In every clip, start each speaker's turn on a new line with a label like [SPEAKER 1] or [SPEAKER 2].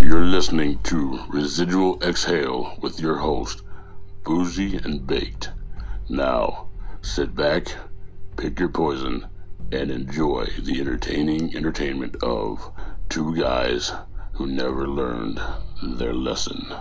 [SPEAKER 1] listening to Residual Exhale with your host, Boozy and Baked. Now, sit back, pick your poison, and enjoy the entertaining entertainment of two guys who never learned their lesson.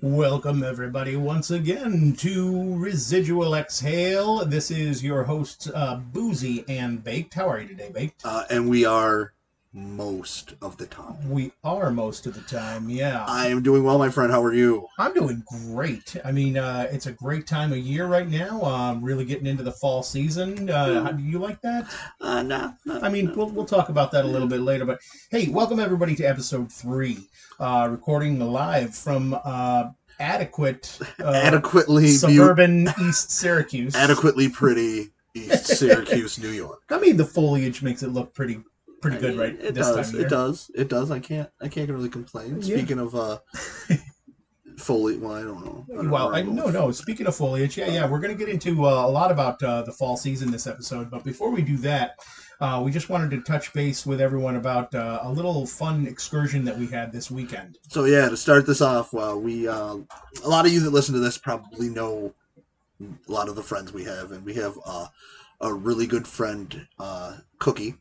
[SPEAKER 2] Welcome, everybody, once again to Residual Exhale. This is your hosts, uh, Boozy and Baked. How are you today, Baked?
[SPEAKER 3] Uh, and we are most of the time.
[SPEAKER 2] We are most of the time, yeah.
[SPEAKER 3] I am doing well, my friend. How are you?
[SPEAKER 2] I'm doing great. I mean, uh, it's a great time of year right now. Um, really getting into the fall season. Uh, how do you like that?
[SPEAKER 3] Uh, nah, nah,
[SPEAKER 2] I mean,
[SPEAKER 3] nah.
[SPEAKER 2] we'll, we'll talk about that a little bit later. But hey, welcome everybody to episode three, uh, recording live from uh, adequate uh,
[SPEAKER 3] adequately beau-
[SPEAKER 2] suburban East Syracuse.
[SPEAKER 3] adequately pretty East Syracuse, New York.
[SPEAKER 2] I mean, the foliage makes it look pretty pretty
[SPEAKER 3] I
[SPEAKER 2] good
[SPEAKER 3] mean,
[SPEAKER 2] right
[SPEAKER 3] It
[SPEAKER 2] this
[SPEAKER 3] does.
[SPEAKER 2] time of year.
[SPEAKER 3] It does. It does. I can't. I can't really complain.
[SPEAKER 2] Yeah.
[SPEAKER 3] Speaking of uh, foliage, well, I don't know. I don't
[SPEAKER 2] Well, I,
[SPEAKER 3] know.
[SPEAKER 2] no, no. Speaking of foliage, yeah, yeah, we're going to get into uh, a lot about uh, the fall season this episode. But before we do that, uh, we just wanted to touch base with everyone about uh, a little fun excursion that we had this weekend.
[SPEAKER 3] So yeah, to start this off, uh, we uh, a lot of you that listen to this probably know a lot of the friends we have, and we have uh, a really good friend, uh, Cookie,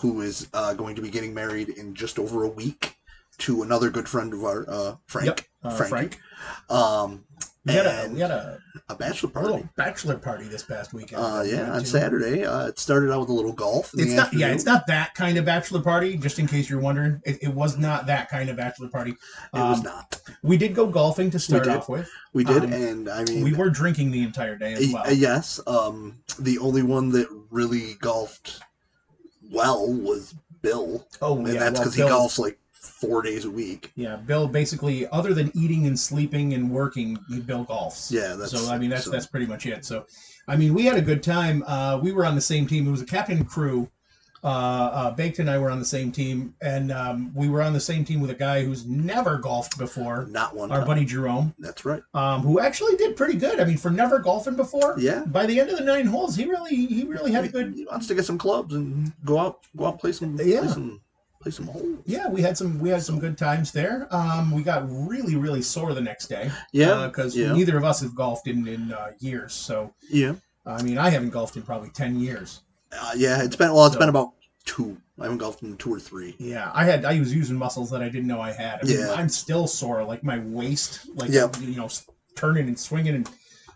[SPEAKER 3] who is uh, going to be getting married in just over a week to another good friend of our uh, Frank.
[SPEAKER 2] Uh,
[SPEAKER 3] Frank.
[SPEAKER 2] Frank,
[SPEAKER 3] Um,
[SPEAKER 2] we had, a,
[SPEAKER 3] and
[SPEAKER 2] we had a,
[SPEAKER 3] a bachelor
[SPEAKER 2] a
[SPEAKER 3] party.
[SPEAKER 2] little bachelor party this past weekend.
[SPEAKER 3] uh,
[SPEAKER 2] that we
[SPEAKER 3] yeah,
[SPEAKER 2] went
[SPEAKER 3] on
[SPEAKER 2] to.
[SPEAKER 3] Saturday. Uh, it started out with a little golf. in the
[SPEAKER 2] It's not, yeah,
[SPEAKER 3] afternoon.
[SPEAKER 2] it's not that kind of bachelor party. Just in case you're wondering, it, it was not that kind of bachelor party.
[SPEAKER 3] It was
[SPEAKER 2] Um,
[SPEAKER 3] not.
[SPEAKER 2] We did go golfing to start
[SPEAKER 3] did.
[SPEAKER 2] off with.
[SPEAKER 3] We did,
[SPEAKER 2] um,
[SPEAKER 3] and I mean,
[SPEAKER 2] We were drinking the entire day as
[SPEAKER 3] Y-
[SPEAKER 2] well.
[SPEAKER 3] Uh, Yes. Um, the only one that really golfed well was Bill,
[SPEAKER 2] Oh,
[SPEAKER 3] and
[SPEAKER 2] yeah,
[SPEAKER 3] that's
[SPEAKER 2] well,
[SPEAKER 3] because
[SPEAKER 2] Bill-
[SPEAKER 3] he golfs like four days a week.
[SPEAKER 2] Yeah, Bill basically, other than eating and sleeping and working, Bill golfs.
[SPEAKER 3] Yeah, that's
[SPEAKER 2] so I mean that's
[SPEAKER 3] so-
[SPEAKER 2] that's pretty much it. So, I mean we had a good time. Uh, we were on the same team. It was a captain crew. Uh, uh, Baked and I were on the same team, and um, we were on the same team with a guy who's never golfed before.
[SPEAKER 3] not one.
[SPEAKER 2] Our
[SPEAKER 3] time.
[SPEAKER 2] buddy Jerome,
[SPEAKER 3] That's right.
[SPEAKER 2] um, who actually did pretty good. I mean, for never golfing before,
[SPEAKER 3] Yeah.
[SPEAKER 2] by the end of the nine holes, he really he really had a
[SPEAKER 3] He-
[SPEAKER 2] good
[SPEAKER 3] He wants to get some clubs and go out, go out, play some,
[SPEAKER 2] Yeah.
[SPEAKER 3] play some, play some holes.
[SPEAKER 2] yeah. We had some we had some good times there. Um, we got really really sore the next day.
[SPEAKER 3] Yeah,
[SPEAKER 2] because
[SPEAKER 3] yeah.
[SPEAKER 2] Uh, neither of us have golfed in in uh, years. So
[SPEAKER 3] yeah,
[SPEAKER 2] I mean, I haven't golfed in probably ten years.
[SPEAKER 3] uh, yeah. It's been well. It's
[SPEAKER 2] So-
[SPEAKER 3] been about two. I haven't golfed in two or three.
[SPEAKER 2] Yeah, I had I was using muscles that I didn't know I had. I mean,
[SPEAKER 3] Yeah.
[SPEAKER 2] I'm still sore, like my waist, like
[SPEAKER 3] Yep.
[SPEAKER 2] you know, s- turning and swinging, and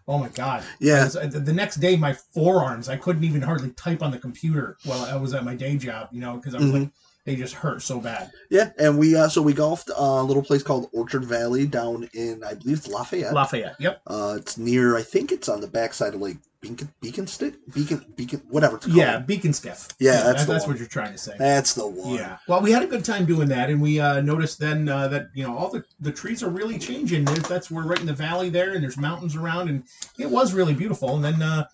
[SPEAKER 2] oh my god. I
[SPEAKER 3] Yeah,
[SPEAKER 2] was- I- the the next day, my forearms, I couldn't even hardly type on the computer while I was at my day job, you know, because I was like,
[SPEAKER 3] Mm-hmm.
[SPEAKER 2] they just hurt so bad.
[SPEAKER 3] yeah. And we uh, so we golfed uh, a little place called Orchard Valley down in I believe it's Lafayette.
[SPEAKER 2] Lafayette, yep.
[SPEAKER 3] Uh, it's near. I think it's on the backside of Lake Beacon, Beacon Stick, Beacon, Beacon, whatever it's called.
[SPEAKER 2] Yeah, Beacon Skiff.
[SPEAKER 3] Yeah, that's
[SPEAKER 2] that-
[SPEAKER 3] the
[SPEAKER 2] that's
[SPEAKER 3] one.
[SPEAKER 2] what you're trying to say.
[SPEAKER 3] that's the one.
[SPEAKER 2] Yeah. Well, we had a good time doing that, and we uh, noticed then uh, that you know all the, the trees are really changing. There- That's we're right in the valley there, and there's mountains around, and it was really beautiful. And then uh,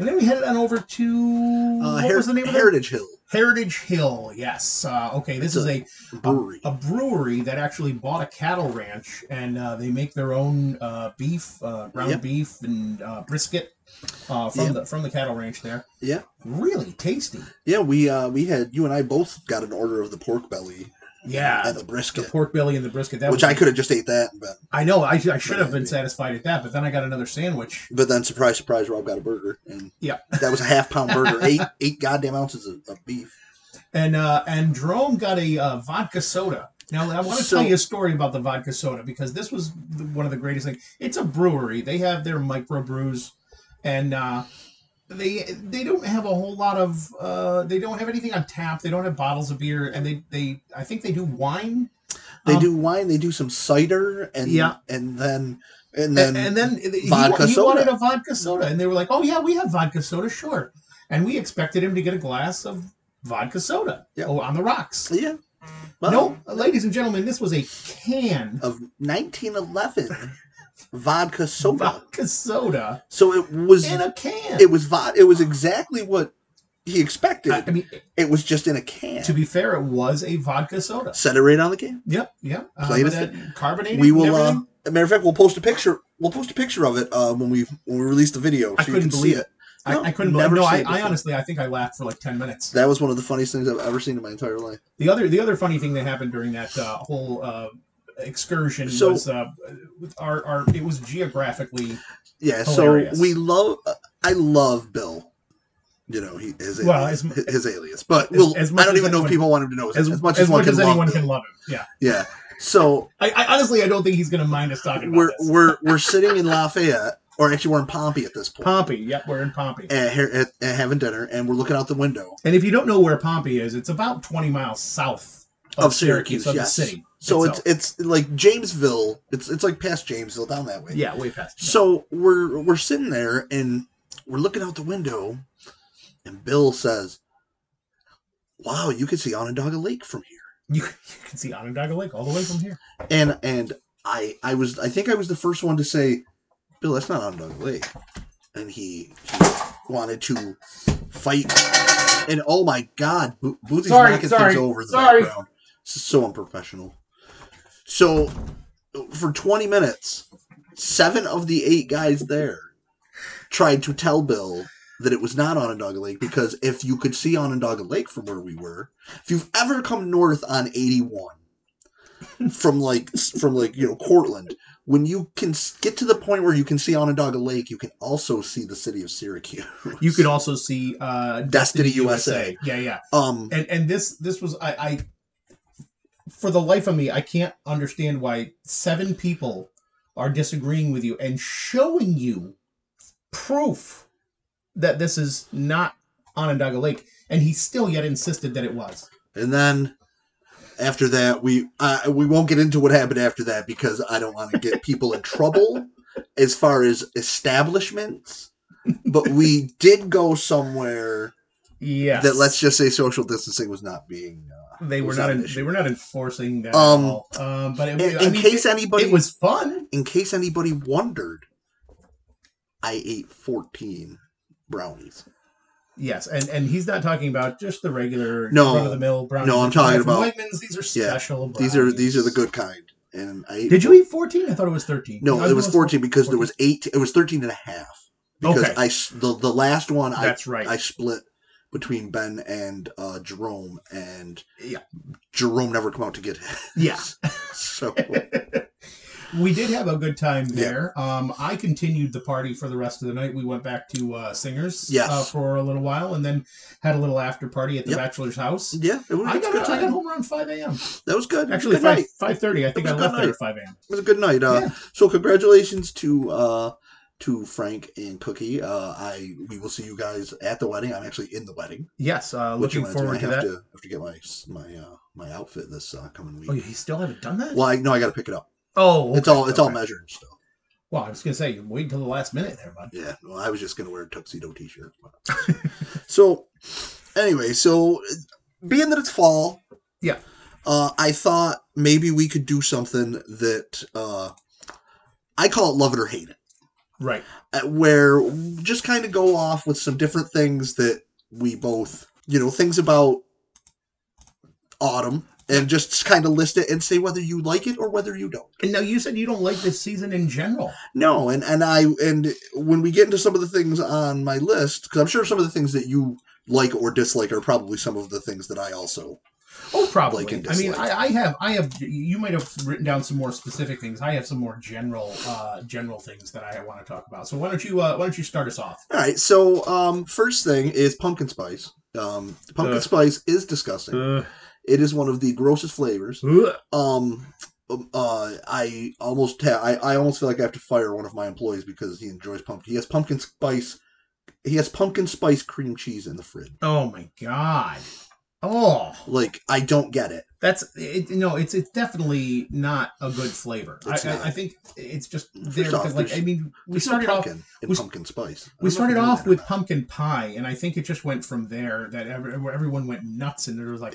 [SPEAKER 2] and then we headed on over to
[SPEAKER 3] Uh,
[SPEAKER 2] what
[SPEAKER 3] Her-
[SPEAKER 2] was the name of it?
[SPEAKER 3] Heritage Hill
[SPEAKER 2] Heritage Hill. Yes. Uh, okay. This is a
[SPEAKER 3] Brewery.
[SPEAKER 2] a brewery that actually bought a cattle ranch, and uh, they make their own uh, beef, uh, ground
[SPEAKER 3] Yep.
[SPEAKER 2] beef, and uh, brisket uh, from
[SPEAKER 3] Yep.
[SPEAKER 2] the from the cattle ranch there.
[SPEAKER 3] Yeah.
[SPEAKER 2] Really tasty.
[SPEAKER 3] yeah, we uh, we had you and I both got an order of the pork belly.
[SPEAKER 2] Yeah.
[SPEAKER 3] and the
[SPEAKER 2] The
[SPEAKER 3] brisket,
[SPEAKER 2] pork belly and the brisket. That
[SPEAKER 3] which
[SPEAKER 2] was
[SPEAKER 3] I could have just ate that, but
[SPEAKER 2] I know. I, I should have
[SPEAKER 3] Right.
[SPEAKER 2] been satisfied at that, but then I got another sandwich.
[SPEAKER 3] but then surprise, surprise, Rob got a burger, and
[SPEAKER 2] Yeah.
[SPEAKER 3] that was a half pound burger, eight eight goddamn ounces of, of beef.
[SPEAKER 2] And uh, and Jerome got a uh, vodka soda. Now I want to
[SPEAKER 3] So-
[SPEAKER 2] tell you a story about the vodka soda because this was the, one of the greatest things. It's a brewery. They have their microbrews, and uh, they they don't have a whole lot of uh, they don't have anything on tap. They don't have bottles of beer, and they they I think they do wine.
[SPEAKER 3] They
[SPEAKER 2] Um,
[SPEAKER 3] do wine, they do some cider, and
[SPEAKER 2] Yeah.
[SPEAKER 3] and then and then
[SPEAKER 2] and, and then he,
[SPEAKER 3] vodka
[SPEAKER 2] he
[SPEAKER 3] soda.
[SPEAKER 2] wanted a vodka soda, and they were like, "Oh yeah, we have vodka soda, sure." And we expected him to get a glass of vodka soda
[SPEAKER 3] Yeah.
[SPEAKER 2] oh, on the rocks.
[SPEAKER 3] yeah, well,
[SPEAKER 2] no, ladies and gentlemen, this was a can
[SPEAKER 3] of 1911 vodka soda.
[SPEAKER 2] vodka soda
[SPEAKER 3] So it was
[SPEAKER 2] in a can.
[SPEAKER 3] it was vod it was exactly what he expected.
[SPEAKER 2] I, I mean,
[SPEAKER 3] it was just in a can.
[SPEAKER 2] Uh, to be fair, it was a vodka soda.
[SPEAKER 3] Set it right on the can.
[SPEAKER 2] Yep, yep. Um,
[SPEAKER 3] Plain as
[SPEAKER 2] that carbonated.
[SPEAKER 3] We
[SPEAKER 2] and
[SPEAKER 3] will. Uh,
[SPEAKER 2] everything.
[SPEAKER 3] a matter of fact, we'll post a picture. We'll post a picture of it uh, when we when we release the video,
[SPEAKER 2] I
[SPEAKER 3] so you
[SPEAKER 2] couldn't
[SPEAKER 3] can see
[SPEAKER 2] believe
[SPEAKER 3] it.
[SPEAKER 2] I,
[SPEAKER 3] uh, No,
[SPEAKER 2] I couldn't
[SPEAKER 3] never
[SPEAKER 2] believe. No,
[SPEAKER 3] seen
[SPEAKER 2] I,
[SPEAKER 3] it
[SPEAKER 2] I
[SPEAKER 3] before.
[SPEAKER 2] honestly, I think I laughed for like ten minutes.
[SPEAKER 3] That was one of the funniest things I've ever seen in my entire life.
[SPEAKER 2] The other, the other funny thing that happened during that uh, whole uh, excursion
[SPEAKER 3] So-
[SPEAKER 2] was uh, with our, our. It was geographically.
[SPEAKER 3] Yeah,
[SPEAKER 2] Hilarious.
[SPEAKER 3] so we love. uh, I love Bill. You know, he his alias,
[SPEAKER 2] Well, as
[SPEAKER 3] his, his alias, but
[SPEAKER 2] as-
[SPEAKER 3] well,
[SPEAKER 2] as much
[SPEAKER 3] I don't
[SPEAKER 2] as
[SPEAKER 3] even know
[SPEAKER 2] anyone-
[SPEAKER 3] if people want him to know as,
[SPEAKER 2] As,
[SPEAKER 3] as much as, one
[SPEAKER 2] much
[SPEAKER 3] can
[SPEAKER 2] as
[SPEAKER 3] love
[SPEAKER 2] anyone
[SPEAKER 3] Bill.
[SPEAKER 2] can love him. Yeah.
[SPEAKER 3] Yeah, so
[SPEAKER 2] I, I honestly, I don't think he's going to mind us talking about
[SPEAKER 3] we're
[SPEAKER 2] this.
[SPEAKER 3] we're we're sitting in Lafayette, or actually we're in Pompey at this point,
[SPEAKER 2] Pompey. Yep, we're in Pompey.
[SPEAKER 3] at, at, at having dinner, and we're looking out the window.
[SPEAKER 2] And if you don't know where Pompey is, it's about 20 miles south of,
[SPEAKER 3] Of
[SPEAKER 2] Syracuse,
[SPEAKER 3] Syracuse,
[SPEAKER 2] of
[SPEAKER 3] yes.
[SPEAKER 2] the city.
[SPEAKER 3] So it's
[SPEAKER 2] itself.
[SPEAKER 3] it's like Jamesville. It's it's like past Jamesville down that way.
[SPEAKER 2] yeah, way past.
[SPEAKER 3] So we're we're sitting there and we're looking out the window, and Bill says, "Wow, you can see Onondaga Lake from here."
[SPEAKER 2] you, you can see Onondaga Lake all the way from here.
[SPEAKER 3] and and I I was I think I was the first one to say, Bill, that's not Onondaga Lake, and he, he wanted to fight, and oh my God, Bo- Boozy's
[SPEAKER 2] Sorry,
[SPEAKER 3] knocking
[SPEAKER 2] sorry,
[SPEAKER 3] things over in the
[SPEAKER 2] sorry.
[SPEAKER 3] background. This is so unprofessional. So for twenty minutes, seven of the eight guys there tried to tell Bill. That it was not Onondaga Lake because if you could see Onondaga Lake from where we were, if you've ever come north on 81, from like from like you know Cortland. When you can s- get to the point where you can see Onondaga Lake, you can also see the city of Syracuse.
[SPEAKER 2] You could also see uh,
[SPEAKER 3] Destiny, USA.
[SPEAKER 2] Yeah, yeah.
[SPEAKER 3] Um,
[SPEAKER 2] And and this this was I, I for the life of me I can't understand why seven people are disagreeing with you and showing you proof that this is not Onondaga Lake, and he still yet insisted that it was.
[SPEAKER 3] and then after that, we I we won't get into what happened after that because I don't want to get people in trouble as far as establishments. But we did go somewhere
[SPEAKER 2] Yeah,
[SPEAKER 3] that let's just say social distancing was not being. Uh,
[SPEAKER 2] they were
[SPEAKER 3] was
[SPEAKER 2] not
[SPEAKER 3] not an
[SPEAKER 2] en-
[SPEAKER 3] issue.
[SPEAKER 2] they were not enforcing that.
[SPEAKER 3] Um,
[SPEAKER 2] at all. um but it,
[SPEAKER 3] in
[SPEAKER 2] I
[SPEAKER 3] in
[SPEAKER 2] mean,
[SPEAKER 3] case
[SPEAKER 2] it-
[SPEAKER 3] anybody
[SPEAKER 2] it was fun.
[SPEAKER 3] in case anybody wondered, I ate 14 brownies.
[SPEAKER 2] Yes, and and he's not talking about just the regular
[SPEAKER 3] No.
[SPEAKER 2] run of the mill brownies.
[SPEAKER 3] No, I'm
[SPEAKER 2] that you
[SPEAKER 3] talking
[SPEAKER 2] get from
[SPEAKER 3] about-
[SPEAKER 2] Wegmans. These are
[SPEAKER 3] yeah,
[SPEAKER 2] special.
[SPEAKER 3] These are these are the
[SPEAKER 2] brownies.
[SPEAKER 3] good kind. And I ate
[SPEAKER 2] Did you
[SPEAKER 3] four-
[SPEAKER 2] eat 14? I thought it was 13.
[SPEAKER 3] No,
[SPEAKER 2] I
[SPEAKER 3] it was 14 because there
[SPEAKER 2] 14.
[SPEAKER 3] was 8 it was 13 and a half because
[SPEAKER 2] Okay.
[SPEAKER 3] I s- the, the last one I
[SPEAKER 2] That's right.
[SPEAKER 3] I split between Ben and uh, Jerome and
[SPEAKER 2] Yeah.
[SPEAKER 3] Jerome never come out to get it.
[SPEAKER 2] Yeah.
[SPEAKER 3] so
[SPEAKER 2] we did have a good time
[SPEAKER 3] Yeah.
[SPEAKER 2] there. Um, I continued the party for the rest of the night. We went back to uh, Singers
[SPEAKER 3] Yes.
[SPEAKER 2] uh, for a little while and then had a little after party at the
[SPEAKER 3] Yep.
[SPEAKER 2] bachelor's house.
[SPEAKER 3] yeah, it was,
[SPEAKER 2] I
[SPEAKER 3] it's a
[SPEAKER 2] got,
[SPEAKER 3] good
[SPEAKER 2] I got
[SPEAKER 3] time.
[SPEAKER 2] home around 5 a.m.
[SPEAKER 3] That was good. It was a
[SPEAKER 2] Actually,
[SPEAKER 3] good
[SPEAKER 2] 5,
[SPEAKER 3] night.
[SPEAKER 2] 5.30. I think
[SPEAKER 3] was
[SPEAKER 2] I
[SPEAKER 3] a good
[SPEAKER 2] left there
[SPEAKER 3] night.
[SPEAKER 2] at 5 a.m.
[SPEAKER 3] It was a good night. Uh,
[SPEAKER 2] Yeah.
[SPEAKER 3] So congratulations to uh, to Frank and Cookie. Uh, I we will see you guys at the wedding. I'm actually in the wedding.
[SPEAKER 2] Yes, uh,
[SPEAKER 3] which
[SPEAKER 2] looking
[SPEAKER 3] reminds me,
[SPEAKER 2] forward to
[SPEAKER 3] I have
[SPEAKER 2] that.
[SPEAKER 3] To, have to get my s- my uh, my outfit this uh, coming week.
[SPEAKER 2] Oh, you still haven't done that?
[SPEAKER 3] Well, I, no, I got to pick it up.
[SPEAKER 2] Oh,
[SPEAKER 3] it's all
[SPEAKER 2] okay,
[SPEAKER 3] it's all
[SPEAKER 2] okay.
[SPEAKER 3] measured and stuff.
[SPEAKER 2] Well, I was going to say, you wait until the last minute there, bud.
[SPEAKER 3] Yeah. Well, I was just gonna wear a tuxedo T-shirt. but- so anyway, so uh, being that it's fall,
[SPEAKER 2] Yeah.
[SPEAKER 3] uh, I thought maybe we could do something that uh, I call it love it or hate it.
[SPEAKER 2] Right.
[SPEAKER 3] uh, where we just kind of go off with some different things that we both, you know, things about autumn and just kind of list it and say whether you like it or whether you don't.
[SPEAKER 2] And now you said you don't like this season in general.
[SPEAKER 3] No, and and I and when we get into some of the things on my list cuz I'm sure some of the things that you like or dislike are probably some of the things that I also.
[SPEAKER 2] Oh, probably.
[SPEAKER 3] Like and
[SPEAKER 2] I mean,
[SPEAKER 3] dislike.
[SPEAKER 2] I, I have, I have. You might have written down some more specific things. I have some more general, uh, general things that I want to talk about. So why don't you, uh, why don't you start us off?
[SPEAKER 3] All right, so um first thing is pumpkin spice. Um pumpkin
[SPEAKER 2] Ugh.
[SPEAKER 3] spice is disgusting. It is one of the grossest flavors. um um, uh i almost ha- I, I almost feel like i have to fire one of my employees because he enjoys pumpkin he has pumpkin spice he has pumpkin spice cream cheese in the fridge
[SPEAKER 2] oh my god. Oh,
[SPEAKER 3] like i don't get it
[SPEAKER 2] that's it, no. It's it's definitely not a good flavor. I,
[SPEAKER 3] It's not.
[SPEAKER 2] I, I think it's just
[SPEAKER 3] First
[SPEAKER 2] there
[SPEAKER 3] off,
[SPEAKER 2] because, like, I
[SPEAKER 3] there's-
[SPEAKER 2] mean, we
[SPEAKER 3] There's no
[SPEAKER 2] started off.
[SPEAKER 3] pumpkin in
[SPEAKER 2] we s-
[SPEAKER 3] pumpkin spice
[SPEAKER 2] We
[SPEAKER 3] I don't know if you
[SPEAKER 2] started
[SPEAKER 3] knew
[SPEAKER 2] off
[SPEAKER 3] that or
[SPEAKER 2] with
[SPEAKER 3] not.
[SPEAKER 2] pumpkin pie, and I think it just went from there. That every, everyone went nuts, and it was like,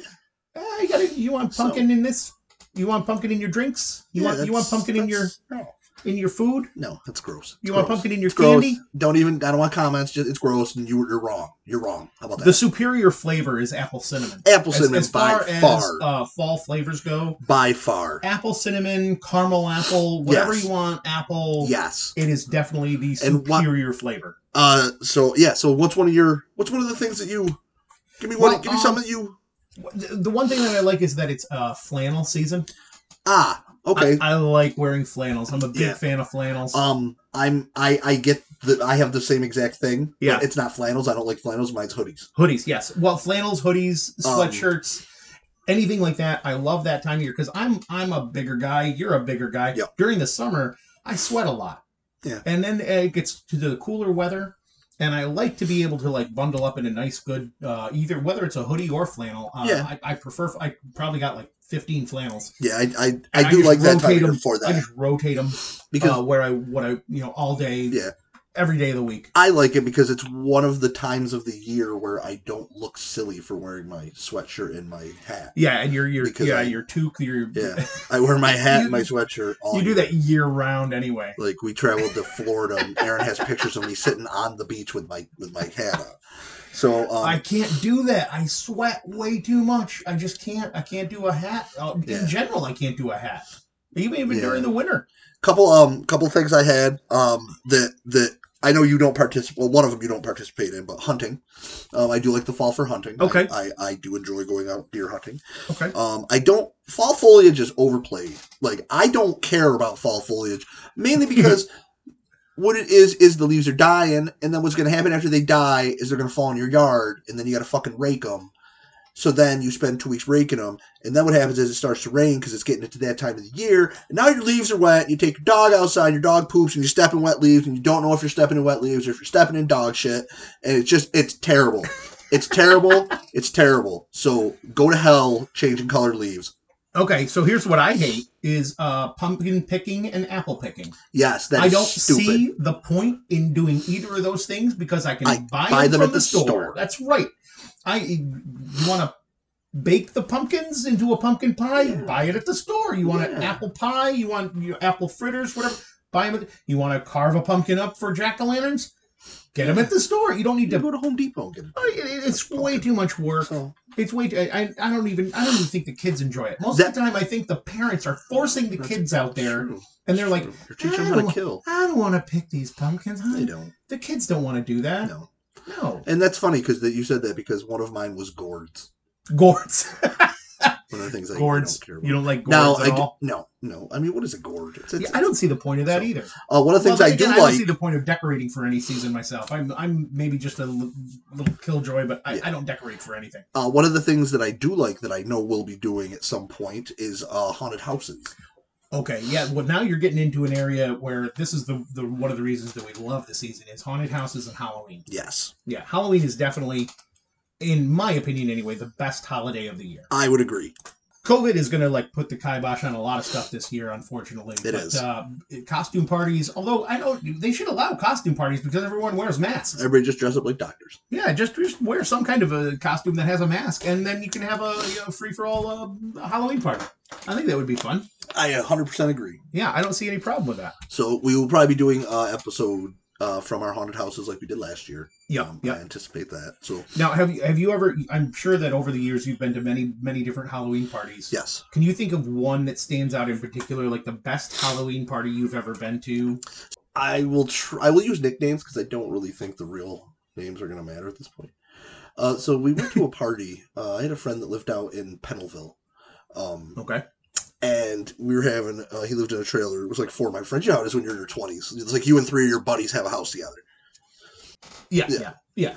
[SPEAKER 2] eh, "You got you want
[SPEAKER 3] So-
[SPEAKER 2] pumpkin in this? You want pumpkin in your drinks? You
[SPEAKER 3] Yeah,
[SPEAKER 2] want you want
[SPEAKER 3] that's-
[SPEAKER 2] pumpkin in your
[SPEAKER 3] that's- no
[SPEAKER 2] in your food?
[SPEAKER 3] no that's gross
[SPEAKER 2] You
[SPEAKER 3] It's
[SPEAKER 2] want
[SPEAKER 3] gross.
[SPEAKER 2] pumpkin in your
[SPEAKER 3] It's gross.
[SPEAKER 2] candy?
[SPEAKER 3] Don't even. I don't want comments. Just it's gross, and you you're wrong. You're wrong. How about that?
[SPEAKER 2] The superior flavor is apple cinnamon.
[SPEAKER 3] apple cinnamon
[SPEAKER 2] as, as
[SPEAKER 3] by
[SPEAKER 2] far as
[SPEAKER 3] far,
[SPEAKER 2] uh, fall flavors go,
[SPEAKER 3] by far.
[SPEAKER 2] apple cinnamon, caramel apple, whatever
[SPEAKER 3] Yes.
[SPEAKER 2] you want, apple.
[SPEAKER 3] Yes.
[SPEAKER 2] It is definitely the
[SPEAKER 3] And what-
[SPEAKER 2] superior flavor.
[SPEAKER 3] Uh, so yeah, so what's one of your what's one of the things that you give me one
[SPEAKER 2] Well,
[SPEAKER 3] give me something
[SPEAKER 2] um,
[SPEAKER 3] that you
[SPEAKER 2] The the one thing that I like is that it's uh, flannel season.
[SPEAKER 3] ah okay
[SPEAKER 2] I, I like wearing flannels. I'm a big
[SPEAKER 3] Yeah.
[SPEAKER 2] fan of flannels.
[SPEAKER 3] um I'm I I get that I have the same exact thing. but
[SPEAKER 2] Yeah.
[SPEAKER 3] it's not flannels. I don't like flannels. Mine's hoodies.
[SPEAKER 2] hoodies, yes. Well, flannels, hoodies,
[SPEAKER 3] Um,
[SPEAKER 2] sweatshirts, anything like that. I love that time of year because I'm I'm a bigger guy. You're a bigger guy.
[SPEAKER 3] Yeah.
[SPEAKER 2] During the summer, I sweat a lot.
[SPEAKER 3] Yeah.
[SPEAKER 2] And then uh, it gets to the cooler weather, and I like to be able to like bundle up in a nice, good uh, either whether it's a hoodie or flannel. Uh,
[SPEAKER 3] Yeah.
[SPEAKER 2] I, I prefer. I probably got like 15 flannels.
[SPEAKER 3] Yeah, I I,
[SPEAKER 2] And
[SPEAKER 3] I do
[SPEAKER 2] just
[SPEAKER 3] like that time
[SPEAKER 2] rotate
[SPEAKER 3] of year
[SPEAKER 2] 'em-
[SPEAKER 3] for
[SPEAKER 2] I
[SPEAKER 3] that
[SPEAKER 2] just rotate them
[SPEAKER 3] because
[SPEAKER 2] uh, where I what I you know all day.
[SPEAKER 3] Yeah.
[SPEAKER 2] Every day of the week.
[SPEAKER 3] I like it because it's one of the times of the year where I don't look silly for wearing my sweatshirt and my hat.
[SPEAKER 2] Yeah, and you're you're
[SPEAKER 3] Because
[SPEAKER 2] yeah
[SPEAKER 3] I-
[SPEAKER 2] you're too you're
[SPEAKER 3] Yeah, I wear my hat and my
[SPEAKER 2] You-
[SPEAKER 3] sweatshirt. All
[SPEAKER 2] you do
[SPEAKER 3] year.
[SPEAKER 2] that year round anyway.
[SPEAKER 3] Like we traveled to Florida, and Aaron has pictures of me sitting on the beach with my with my hat on. So um,
[SPEAKER 2] I can't do that. I sweat way too much. I just can't. I can't do a hat. Uh,
[SPEAKER 3] Yeah.
[SPEAKER 2] In general, I can't do a hat. Even even
[SPEAKER 3] Yeah.
[SPEAKER 2] during the winter.
[SPEAKER 3] couple um couple things I had um that that I know you don't participate. Well, one of them you don't participate in, but hunting. Um, I do like the fall for hunting.
[SPEAKER 2] Okay.
[SPEAKER 3] I, I I do enjoy going out deer hunting.
[SPEAKER 2] Okay.
[SPEAKER 3] Um, I don't fall foliage is overplayed. Like I don't care about fall foliage mainly because what it is is the leaves are dying, and then what's going to happen after they die is they're going to fall in your yard, and then you got to fucking rake them. So then you spend two weeks raking them, and then what happens is it starts to rain because it's getting into that time of the year. And now your leaves are wet. You take your dog outside, your dog poops, and you step in wet leaves, and you don't know if you're stepping in wet leaves or if you're stepping in dog shit. And it's just it's terrible. It's terrible. It's terrible. So go to hell changing colored leaves.
[SPEAKER 2] Okay, so here's what I hate is uh, pumpkin picking and apple picking.
[SPEAKER 3] Yes, that's
[SPEAKER 2] I don't
[SPEAKER 3] stupid.
[SPEAKER 2] see the point in doing either of those things because I can
[SPEAKER 3] I
[SPEAKER 2] buy,
[SPEAKER 3] buy
[SPEAKER 2] them,
[SPEAKER 3] them
[SPEAKER 2] from
[SPEAKER 3] at
[SPEAKER 2] the
[SPEAKER 3] the
[SPEAKER 2] store.
[SPEAKER 3] store.
[SPEAKER 2] That's right. I you want to bake the pumpkins into a pumpkin pie?
[SPEAKER 3] Yeah.
[SPEAKER 2] Buy it at the store. You want an
[SPEAKER 3] Yeah.
[SPEAKER 2] apple pie? You want your apple fritters? Whatever. Buy them. At, you want to carve a pumpkin up for jack o' lanterns? Get them at the store. You don't need
[SPEAKER 3] You
[SPEAKER 2] to.
[SPEAKER 3] go to Home Depot and get it.
[SPEAKER 2] I- it- It's way too much work.
[SPEAKER 3] So
[SPEAKER 2] It's way too. I, I don't even. I don't even think the kids enjoy it. Most of
[SPEAKER 3] That-
[SPEAKER 2] the time, I think the parents are forcing the
[SPEAKER 3] That's-
[SPEAKER 2] kids out there,
[SPEAKER 3] True.
[SPEAKER 2] and they're like,
[SPEAKER 3] True. you're teaching them how to kill.
[SPEAKER 2] "I don't want to pick these pumpkins. I
[SPEAKER 3] They don't.
[SPEAKER 2] the kids don't want to do that.
[SPEAKER 3] No.
[SPEAKER 2] No.
[SPEAKER 3] And that's funny because that you said that because one of mine was gourds.
[SPEAKER 2] Gourds.
[SPEAKER 3] One of the things I
[SPEAKER 2] gourds.
[SPEAKER 3] don't care about.
[SPEAKER 2] You don't like gourds
[SPEAKER 3] now,
[SPEAKER 2] at
[SPEAKER 3] I d-
[SPEAKER 2] all?
[SPEAKER 3] no, no. I mean, what is a gourd? It's,
[SPEAKER 2] Yeah,
[SPEAKER 3] it's,
[SPEAKER 2] I don't see the point of that
[SPEAKER 3] So,
[SPEAKER 2] either.
[SPEAKER 3] uh, one of the things
[SPEAKER 2] Well,
[SPEAKER 3] I
[SPEAKER 2] then
[SPEAKER 3] do
[SPEAKER 2] again,
[SPEAKER 3] like.
[SPEAKER 2] don't see the point of decorating for any season myself. I'm, I'm maybe just a l- little killjoy, but I,
[SPEAKER 3] Yeah.
[SPEAKER 2] I don't decorate for anything.
[SPEAKER 3] uh, one of the things that I do like that I know we'll be doing at some point is uh, haunted houses.
[SPEAKER 2] Okay, yeah. Well, now you're getting into an area where this is the, the one of the reasons that we love the season is haunted houses and Halloween.
[SPEAKER 3] Yes,
[SPEAKER 2] Yeah, Halloween is definitely, in my opinion anyway, the best holiday of the year.
[SPEAKER 3] I would agree.
[SPEAKER 2] COVID is going to like put the kibosh on a lot of stuff this year, unfortunately.
[SPEAKER 3] It is.
[SPEAKER 2] Uh, costume parties, although I know they should allow costume parties because everyone wears masks.
[SPEAKER 3] Everybody just dress up like doctors.
[SPEAKER 2] Yeah, just, just wear some kind of a costume that has a mask, and then you can have a you know, free for all uh, Halloween party. I think that would be fun.
[SPEAKER 3] I 100% agree.
[SPEAKER 2] Yeah, I don't see any problem with that.
[SPEAKER 3] So we will probably be doing uh, episode uh, from our haunted houses like we did last year.
[SPEAKER 2] Yeah,
[SPEAKER 3] Um, I
[SPEAKER 2] yeah.
[SPEAKER 3] anticipate that. So
[SPEAKER 2] Now, have you have you ever? I'm sure that over the years you've been to many many different Halloween parties.
[SPEAKER 3] yes,
[SPEAKER 2] Can you think of one that stands out in particular, like the best Halloween party you've ever been to?
[SPEAKER 3] I will. Tr- I will use nicknames because I don't really think the real names are going to matter at this point. Uh, so we went to a party. Uh, I had a friend that lived out in Pennellville. Um,
[SPEAKER 2] Okay.
[SPEAKER 3] and we were having uh, he lived in a trailer it was like four of my friends you know how it is when you're in your 20s it's like you and three of your buddies have a house together
[SPEAKER 2] yeah.
[SPEAKER 3] Yeah.
[SPEAKER 2] yeah. yeah.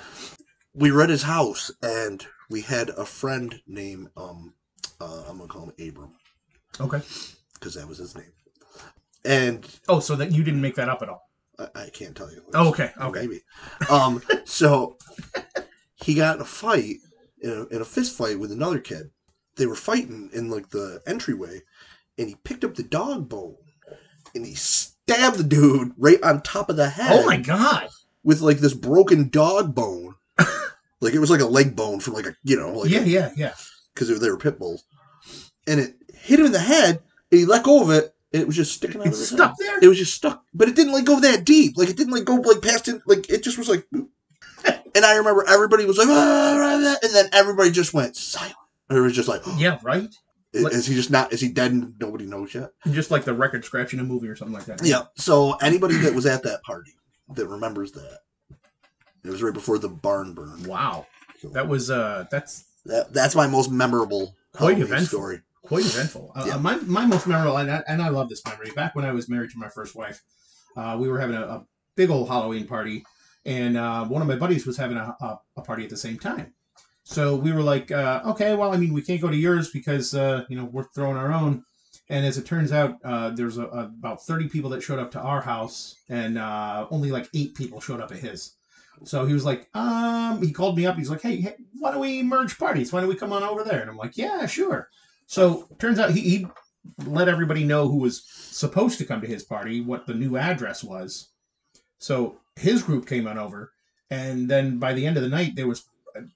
[SPEAKER 3] we were at his house and we had a friend named um uh, i'm gonna call him abram
[SPEAKER 2] Okay.
[SPEAKER 3] because that was his name and
[SPEAKER 2] Oh, so that you didn't make that up at all.
[SPEAKER 3] i, I can't tell you
[SPEAKER 2] Oh, okay, okay.
[SPEAKER 3] maybe um so he got in a fight in a, in a fist fight with another kid they were fighting in like the entryway and he picked up the dog bone and he stabbed the dude right on top of the head
[SPEAKER 2] Oh my god.
[SPEAKER 3] with like this broken dog bone like it was like a leg bone from like a you know like
[SPEAKER 2] yeah, yeah, yeah.
[SPEAKER 3] because they were pit bulls and it hit him in the head and he let go of it and it was just sticking out of
[SPEAKER 2] It's
[SPEAKER 3] his
[SPEAKER 2] stuck
[SPEAKER 3] head.
[SPEAKER 2] there.
[SPEAKER 3] it was just stuck but it didn't like go that deep like it didn't like go like past it like it just was like and i remember everybody was like "Ah, rah, rah," and then everybody just went silent it was just like
[SPEAKER 2] Yeah, right.
[SPEAKER 3] is, is he just not? Is he dead? And nobody knows yet.
[SPEAKER 2] Just like the record scratch in a movie or something like that.
[SPEAKER 3] Yeah. So anybody that was at that party that remembers that It was right before the barn burn.
[SPEAKER 2] Wow,
[SPEAKER 3] So
[SPEAKER 2] that was uh, that's
[SPEAKER 3] that, that's my most memorable
[SPEAKER 2] Quite
[SPEAKER 3] Halloween
[SPEAKER 2] eventful.
[SPEAKER 3] story.
[SPEAKER 2] quite eventful. Uh,
[SPEAKER 3] Yeah.
[SPEAKER 2] my, my most memorable, and I, and I love this memory. Back when I was married to my first wife, uh, we were having a, a big old Halloween party, and uh, one of my buddies was having a, a, a party at the same time. So we were like, uh, okay, well, I mean, we can't go to yours because uh, you know we're throwing our own. And as it turns out, uh, there's a, a- about 30 people that showed up to our house, and uh, only like eight people showed up at his. So he was like, um, he called me up. He's like, hey, hey, why don't we merge parties? Why don't we come on over there? And I'm like, yeah, sure. So turns out he, he let everybody know who was supposed to come to his party, what the new address was. So his group came on over, and then by the end of the night, there was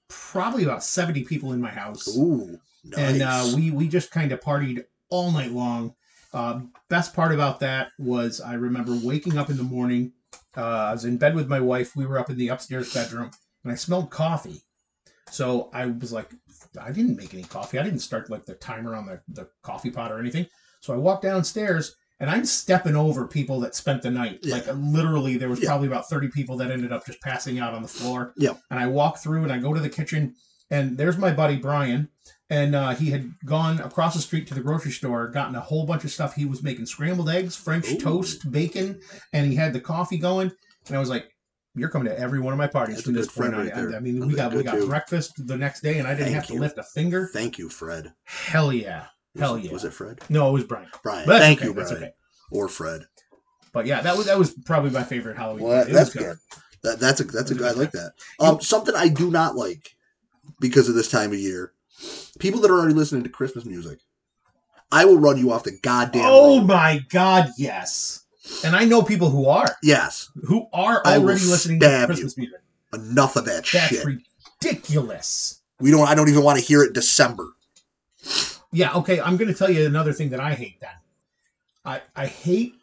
[SPEAKER 2] probably about seventy people in my house,
[SPEAKER 3] Ooh, nice.
[SPEAKER 2] and uh, we we just kind of partied all night long. Uh, best part about that was I remember waking up in the morning. Uh, I was in bed with my wife. We were up in the upstairs bedroom, and I smelled coffee. So I was like, I didn't make any coffee. I didn't start like the timer on the, the coffee pot or anything. So I walked downstairs and I'm stepping over people that spent the night.
[SPEAKER 3] Yeah.
[SPEAKER 2] Like literally, there was
[SPEAKER 3] Yeah.
[SPEAKER 2] probably about 30 people that ended up just passing out on the floor.
[SPEAKER 3] Yeah.
[SPEAKER 2] And I walk through and I go to the kitchen and there's my buddy Brian. And uh, he had gone across the street to the grocery store, gotten a whole bunch of stuff. He was making scrambled eggs, French
[SPEAKER 3] Ooh.
[SPEAKER 2] toast, bacon, and he had the coffee going. And I was like, "You're coming to every one of my parties
[SPEAKER 3] That's
[SPEAKER 2] from
[SPEAKER 3] a
[SPEAKER 2] this
[SPEAKER 3] good
[SPEAKER 2] point
[SPEAKER 3] friend
[SPEAKER 2] on."
[SPEAKER 3] right there. Oh,
[SPEAKER 2] I mean,
[SPEAKER 3] That's
[SPEAKER 2] we
[SPEAKER 3] a
[SPEAKER 2] got we
[SPEAKER 3] good
[SPEAKER 2] got
[SPEAKER 3] dude.
[SPEAKER 2] breakfast the next day, and I didn't
[SPEAKER 3] Thank
[SPEAKER 2] have to
[SPEAKER 3] you.
[SPEAKER 2] lift a finger.
[SPEAKER 3] Thank you, Fred.
[SPEAKER 2] Hell yeah,
[SPEAKER 3] Was,
[SPEAKER 2] Hell
[SPEAKER 3] it-
[SPEAKER 2] yeah.
[SPEAKER 3] Was it Fred?
[SPEAKER 2] no, it was Brian.
[SPEAKER 3] Brian.
[SPEAKER 2] But that's
[SPEAKER 3] Thank
[SPEAKER 2] okay,
[SPEAKER 3] you,
[SPEAKER 2] that's
[SPEAKER 3] Brian.
[SPEAKER 2] okay.
[SPEAKER 3] Or Fred.
[SPEAKER 2] But yeah, that was that was probably my favorite Halloween.
[SPEAKER 3] Well,
[SPEAKER 2] party. It
[SPEAKER 3] that's
[SPEAKER 2] was
[SPEAKER 3] good. That, that's a that's a
[SPEAKER 2] It was
[SPEAKER 3] good.
[SPEAKER 2] a
[SPEAKER 3] I
[SPEAKER 2] good
[SPEAKER 3] like that. Um, something I do not like because of this time of year. People that are already listening to Christmas music, I will run you off the goddamn.
[SPEAKER 2] Oh
[SPEAKER 3] road.
[SPEAKER 2] my God, yes. And I know people who are
[SPEAKER 3] Yes,
[SPEAKER 2] who are
[SPEAKER 3] I
[SPEAKER 2] already
[SPEAKER 3] will
[SPEAKER 2] listening to
[SPEAKER 3] stab
[SPEAKER 2] Christmas music.
[SPEAKER 3] enough of that
[SPEAKER 2] That's
[SPEAKER 3] shit.
[SPEAKER 2] ridiculous.
[SPEAKER 3] we don't. I don't even want to hear it. in December.
[SPEAKER 2] Yeah, okay, I'm going to tell you another thing that I hate then. I, I hate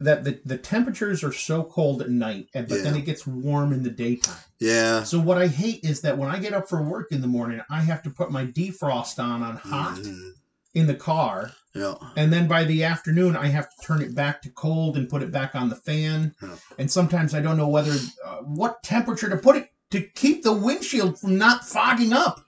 [SPEAKER 2] that the, the temperatures are so cold at night, and but then
[SPEAKER 3] Yeah.
[SPEAKER 2] it gets warm in the daytime.
[SPEAKER 3] Yeah.
[SPEAKER 2] So, what I hate is that when I get up for work in the morning, I have to put my defrost on on hot
[SPEAKER 3] Mhm.
[SPEAKER 2] in the car.
[SPEAKER 3] Yeah.
[SPEAKER 2] And then by the afternoon, I have to turn it back to cold and put it back on the fan.
[SPEAKER 3] Yeah.
[SPEAKER 2] And sometimes I don't know whether uh, what temperature to put it to keep the windshield from not fogging up.